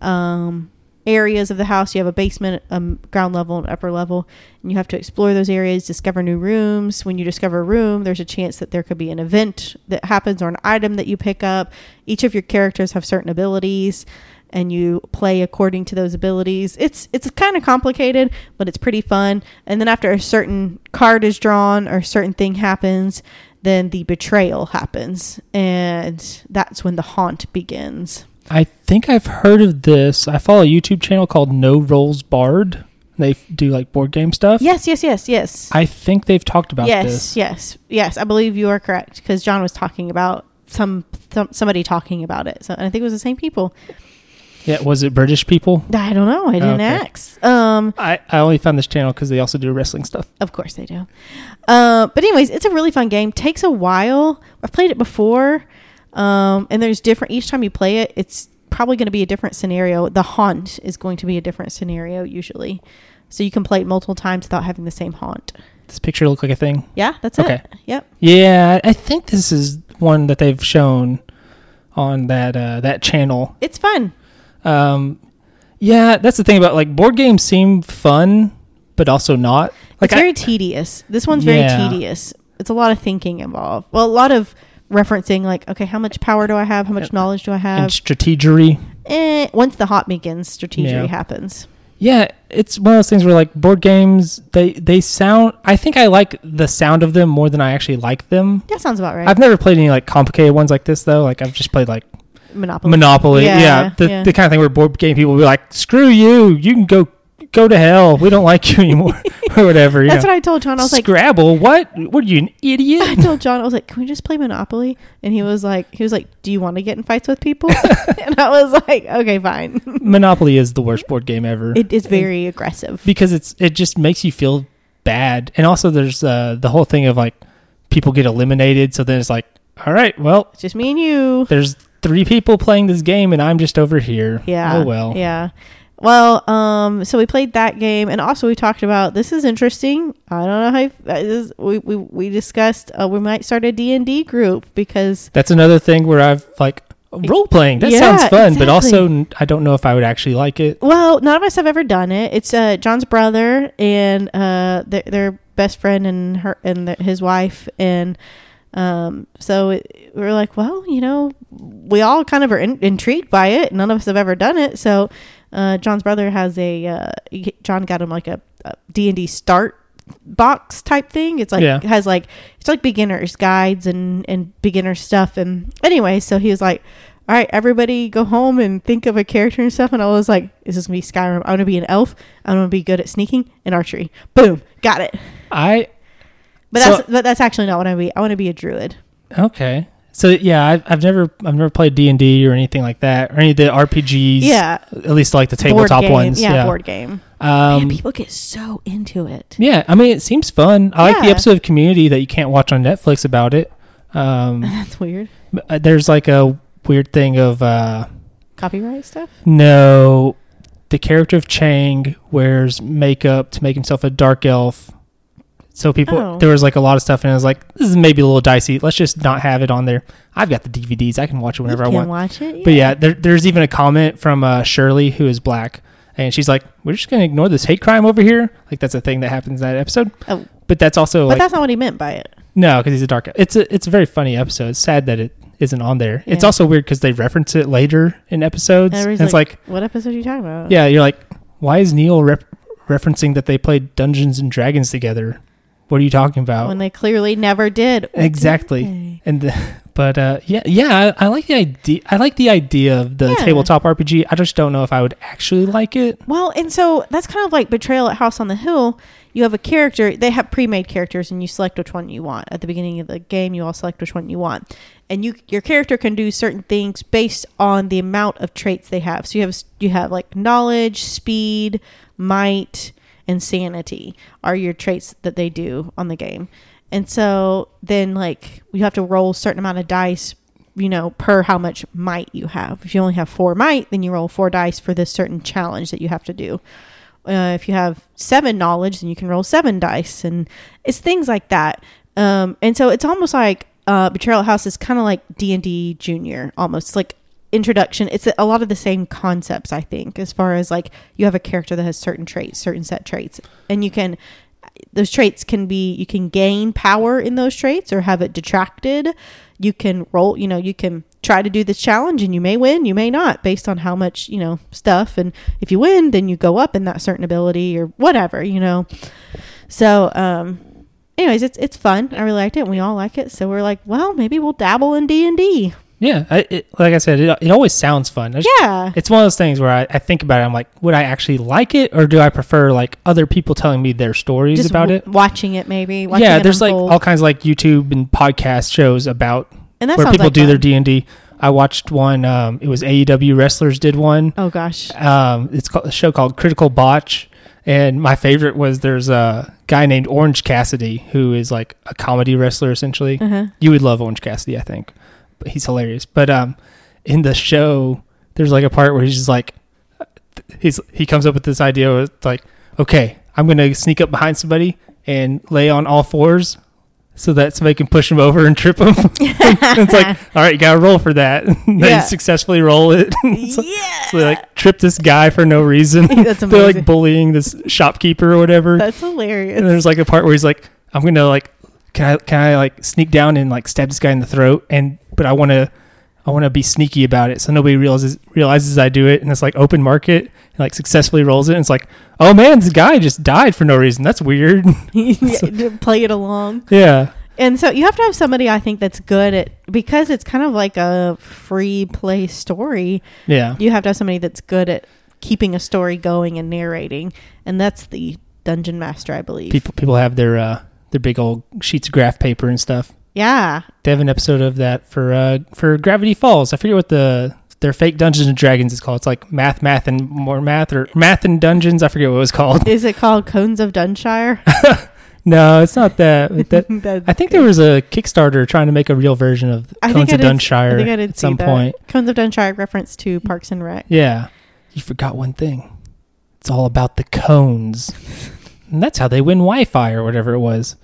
um areas of the house you have a basement um ground level and upper level and you have to explore those areas discover new rooms when you discover a room there's a chance that there could be an event that happens or an item that you pick up each of your characters have certain abilities and you play according to those abilities. It's it's kind of complicated, but it's pretty fun. And then after a certain card is drawn or a certain thing happens, then the betrayal happens, and that's when the haunt begins. I think I've heard of this. I follow a YouTube channel called No Rolls Barred. They f- do like board game stuff. Yes, yes, yes, yes. I think they've talked about yes, this. yes, yes. I believe you are correct because John was talking about some some somebody talking about it. So and I think it was the same people. Yeah. Was it British people? I don't know. I didn't Okay. ask. Um, I, I only found this channel because they also do wrestling stuff. Of course they do. Uh, but anyways, it's a really fun game. Takes a while. I've played it before, um, and there's different each time you play it. It's probably going to be a different scenario. The haunt is going to be a different scenario usually, so you can play it multiple times without having the same haunt. Does picture look like a thing? Yeah, that's Okay. it. Yep. Yeah, I think this is one that they've shown on that uh, that channel. It's fun. Um, yeah, that's the thing about like board games seem fun, but also not. Like it's I- very tedious. This one's Yeah. very tedious. It's a lot of thinking involved. Well, a lot of referencing like, okay, how much power do I have? How much knowledge do I and have? strategery. Eh, once the haunt begins, strategy Yeah. happens. Yeah, it's one of those things where like board games, they they sound. I think I like the sound of them more than I actually like them. That sounds about right. I've never played any like complicated ones like this though. Like I've just played like Monopoly. Monopoly. Yeah, Yeah, the, yeah. the kind of thing where board game people will be like, "Screw you, you can go go to hell. We don't like you anymore," or whatever. You That's know. what I told John. I was like, Scrabble. What? What are you, an I idiot? told John, I was like, can we just play Monopoly? And he was like, he was like, do you want to get in fights with people? and I was like, okay, fine. Monopoly is the worst board game ever It is very aggressive. because it's it just makes you feel bad, and also there's uh, the whole thing of like people get eliminated, so then it's like, all right, well, It's just me and you. there's three people playing this game, and I'm just over here. Yeah. Oh well. Yeah. Well, um, so we played that game, and also we talked about this is interesting. I don't know how you, uh, this, we, we we discussed uh, we might start a D and D group because That's another thing where I've like role playing. That Yeah, sounds fun, but exactly. also n- I don't know if I would actually like it. Well, none of us have ever done it. It's uh, John's brother and uh, their, their best friend and her and th his wife, and um, so it, we were like, well, you know, we all kind of are in, intrigued by it. None of us have ever done it, so uh, John's brother has a uh, he- John got him like a D and D start box type thing. It's like Yeah. has like it's like beginners guides and and beginner stuff. And anyway, so he was like, "All right, everybody, go home and think of a character and stuff." And I was like, "Is this gonna be Skyrim? I'm gonna be an elf. I'm gonna be good at sneaking and archery. Boom, got it." I But So- that's but that's actually not what I be. I want to be a druid. okay. So yeah, I've, I've never I've never played D and D or anything like that or any of the RPGs. Yeah. at least like the tabletop game. ones. Yeah, board game. Um, Man, people get so into it. yeah, I mean, it seems fun. I like the Yeah. episode of Community that you can't watch on Netflix about it. Um, That's weird. uh, there's like a weird thing of uh, Copyright stuff. no, the character of Chang wears makeup to make himself a dark elf. So people, Oh. there was like a lot of stuff, and I was like, this is maybe a little dicey. Let's just not have it on there. I've got the DVDs; I can watch it whenever you I can want. watch it. But yeah, there, there's even a comment from uh, Shirley who is black, and she's like, "We're just gonna ignore this hate crime over here." Like that's a thing that happens in that episode. Oh. But that's also but like that's not what he meant by it. no, because he's a dark. It's a it's a very funny episode. It's sad that it isn't on there. It's Yeah. also weird because they reference it later in episodes. And Everybody's it's like, What episode are you talking about? yeah, you're like, why is Neil rep- referencing that they played Dungeons and Dragons together? What are you talking about? When they clearly never did. What did Exactly. they? and the, but uh, yeah, yeah, I, I like the idea. I like the idea of the Yeah. tabletop RPG. I just don't know if I would actually like it. Well, and so that's kind of like Betrayal at House on the Hill. You have a character, they have pre made characters, and you select which one you want. At the beginning of the game, you all select which one you want. And you your character can do certain things based on the amount of traits they have. So you have you have like knowledge, speed, might, and sanity are your traits that they do on the game. And so then like you have to roll a certain amount of dice you know, per how much might you have. If you only have four might, then you roll four dice for this certain challenge that you have to do. Uh, if you have seven knowledge, then you can roll seven dice, and it's things like that. Um, and so it's almost like uh, Betrayal at House is kind of like D and D Junior, almost It's like introduction. It's a lot of the same concepts, I think, as far as like you have a character that has certain traits, certain set traits, and you can those traits can be you can gain power in those traits or have it detracted you can roll you know you can try to do this challenge and you may win you may not based on how much you know stuff and if you win then you go up in that certain ability or whatever you know so um anyways it's it's fun i really liked it and we all like it so we're like well maybe we'll dabble in d&d Yeah, I, it, like I said, it, it always sounds fun. I just- yeah It's one of those things where I, I think about it. I'm like, would I actually like it, or do I prefer like other people telling me their stories just about w- it? watching it maybe watching yeah, it there's unfold. like all kinds of like YouTube and podcast shows about and that where sounds people like do their fun. D and D. I watched one. Um, it was AEW wrestlers did one. oh gosh Um, it's called, a show called Critical Botch, and my favorite was there's a guy named Orange Cassidy who is like a comedy wrestler essentially. uh-huh. You would love Orange Cassidy, I think. But he's hilarious. But um, in the show, there's like a part where he's just like, he's he comes up with this idea. Where it's like, okay, I'm gonna sneak up behind somebody and lay on all fours, so that somebody can push him over and trip him. it's like, all right, you gotta roll for that. And they Yeah. successfully roll it. so, yeah so they like trip this guy for no reason. That's They're like amazing. bullying this shopkeeper or whatever. that's hilarious And there's like a part where he's like, "I'm gonna like, can I can I like sneak down and like stab this guy in the throat?" And but I want to, I want to be sneaky about it, so nobody realizes realizes I do it. And it's like open market, and like successfully rolls it. And it's like, oh man, this guy just died for no reason. That's weird. Yeah, to play it along. yeah, And so you have to have somebody I think that's good at because it's kind of like a free play story. yeah, You have to have somebody that's good at keeping a story going and narrating, and that's the dungeon master, I believe. people people have their uh their big old sheets of graph paper and stuff. yeah, They have an episode of that for uh for Gravity Falls. I forget what the their fake Dungeons and Dragons is called. It's like math, math, and more math, or math and dungeons. I forget what it was called. is it called Cones of Dunshire? No, it's not that. but that That's I think there was a Kickstarter trying to make a real version of I think Cones I of did- Dunshire I think I did at see some that. point. Cones of Dunshire reference to Parks and Rec. Yeah. You forgot one thing. It's all about the cones. and that's how they win Wi-Fi or whatever it was.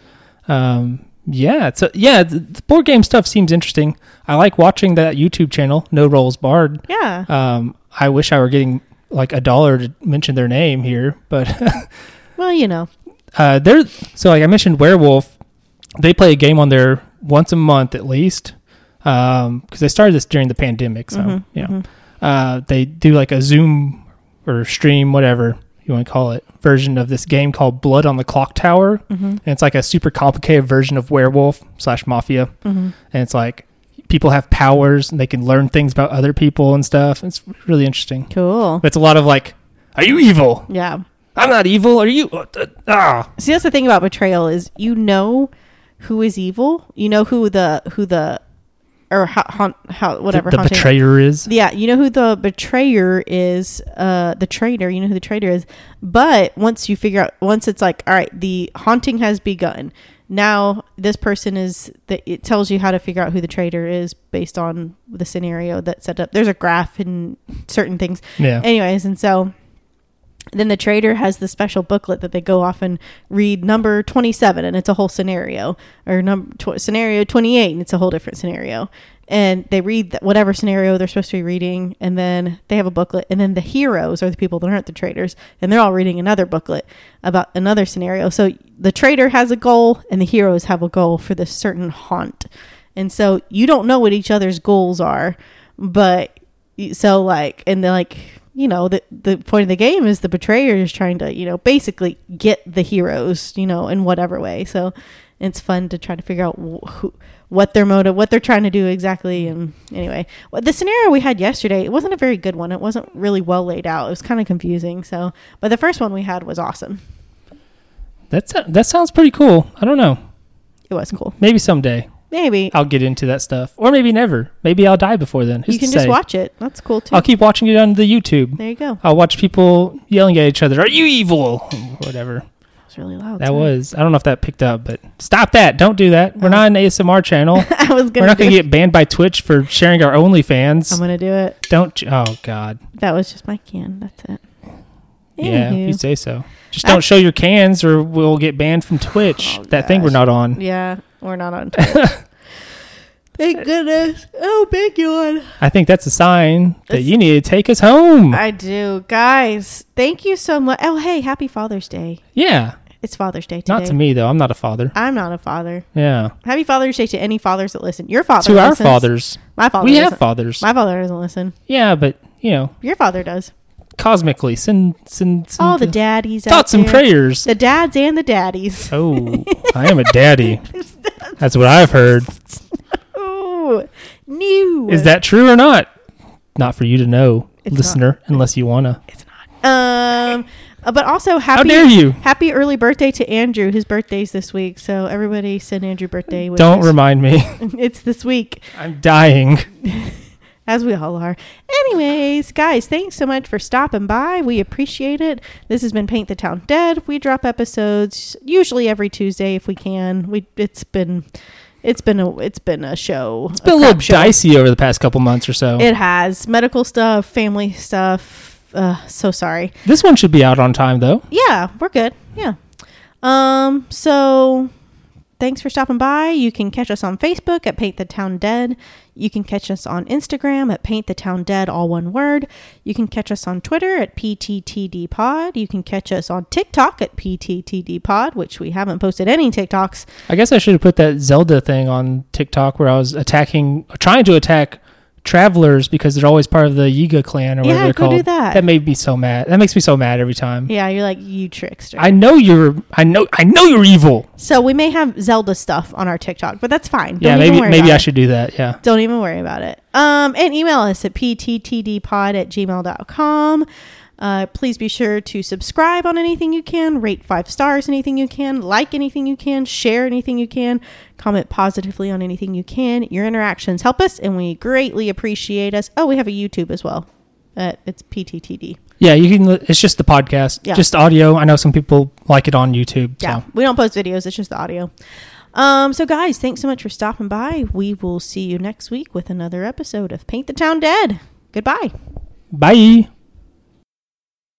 Um, yeah. So yeah, the, the board game stuff seems interesting. I like watching that YouTube channel, No Rolls Barred. Yeah, Um, I wish I were getting like a dollar to mention their name here, but well, you know, uh, they're so like I mentioned, Werewolf. They play a game on there once a month at least, because they started this during the pandemic. So Mhm, you know, mhm. uh, they do like a Zoom or stream, whatever you want to call it, version of this game called Blood on the Clock Tower, and it's like a super complicated version of Werewolf slash Mafia, Mm-hmm. and it's like people have powers and they can learn things about other people and stuff. It's really interesting. cool. But it's a lot of like, are you evil? Yeah. I'm not evil. Are you? Uh, uh, ah. See, that's the thing about betrayal is you know who is evil. You know who the who the or ha- haunt, how, whatever. the, the haunting- betrayer is. Yeah, you know who the betrayer is, uh, the traitor. You know who the traitor is. But once you figure out, once it's like, all right, the haunting has begun. Now this person is. The, it tells you how to figure out who the traitor is based on the scenario that's set up. There's a graph and certain things. Yeah. Anyways, and so then the trader has the special booklet that they go off and read number 27 and it's a whole scenario or number tw- scenario 28 and it's a whole different scenario and they read that whatever scenario they're supposed to be reading and then they have a booklet and then the heroes are the people that aren't the traders and they're all reading another booklet about another scenario so the trader has a goal and the heroes have a goal for this certain haunt and so you don't know what each other's goals are but so like and they're like you know the the point of the game is the betrayer is trying to you know basically get the heroes you know in whatever way so it's fun to try to figure out wh- who, what their motive what they're trying to do exactly and anyway well, the scenario we had yesterday it wasn't a very good one it wasn't really well laid out it was kind of confusing so but the first one we had was awesome That's that sounds pretty cool. I don't know. it was cool Maybe someday maybe I'll get into that stuff, or maybe never. Maybe I'll die before then. Who's you can to just say? watch it that's cool too I'll keep watching it on the YouTube. there you go I'll watch people yelling at each other. Are you evil? Whatever that was really loud that sorry. was. I don't know if that picked up, but stop that! Don't do that. We're Oh. not an ASMR channel. i was gonna We're not do going to it. get banned by Twitch for sharing our OnlyFans. i'm gonna do it don't. you- Oh God. That was just my can. That's it. Yeah, Anywho. you say so. Just I- don't show your cans, or we'll get banned from Twitch. Oh, that thing we're gosh. not on. yeah. We're not on. Uh, Twitch. Thank goodness. Oh, big one. I think that's a sign that It's- you need to take us home. I do, guys. Thank you so much. Oh, hey, happy Father's Day. yeah, It's Father's Day today. not to me though. I'm not a father. I'm not a father. Yeah, Happy Father's Day to any fathers that listen. Your father. to our listens. fathers. My father. we doesn't. have fathers. My father doesn't listen. yeah, but you know, Your father does. cosmically, send send, send All the daddies. out thoughts and there. prayers. The dads and the daddies. oh, I am a daddy. That's what I've heard. Ooh, new. Is that true or not? Not for you to know, It's not. listener, unless you wanna. It's not. Um, uh, but also happy. How dare you? Happy early birthday to Andrew. His birthday's this week, so everybody send Andrew birthday. wishes. Don't remind me. It's this week, I'm dying. as we all are. Anyways, guys, thanks so much for stopping by. We appreciate it. This has been Paint the Town Dead. We drop episodes usually every Tuesday if we can. We it's been it's been a it's been a show. It's been a, little dicey over the past couple months or so. It has medical stuff, family stuff. Uh, so sorry. this one should be out on time though. yeah, we're good. Yeah. Um, so thanks for stopping by. You can catch us on Facebook at Paint the Town Dead. You can catch us on Instagram at Paint the Town Dead, all one word. You can catch us on Twitter at PTTD Pod. You can catch us on TikTok at PTTD Pod, which we haven't posted any TikToks. I guess I should have put that Zelda thing on TikTok where I was attacking, trying to attack travelers because they're always part of the Yiga clan or whatever Yeah, they're go do called. that. made me so mad. That makes me so mad every time. Yeah, you're like, you trickster. I know you're. I know. I know you're evil. so we may have Zelda stuff on our TikTok, but that's fine. yeah, Don't even maybe worry maybe about I it. should do that. Yeah. Don't even worry about it. Um, and email us at pttdpod at gmail.com. Uh, please be sure to subscribe on anything you can, rate five stars anything you can, like anything you can, share anything you can, comment positively on anything you can. Your interactions help us, and we greatly appreciate us. Oh, we have a YouTube as well. Uh, it's PTTD. Yeah, you can. li- It's just the podcast, Yeah. just audio. I know some people like it on YouTube. Yeah, So. we don't post videos; it's just the audio. Um, so, guys, thanks so much for stopping by. We will see you next week with another episode of Paint the Town Dead. Goodbye. Bye.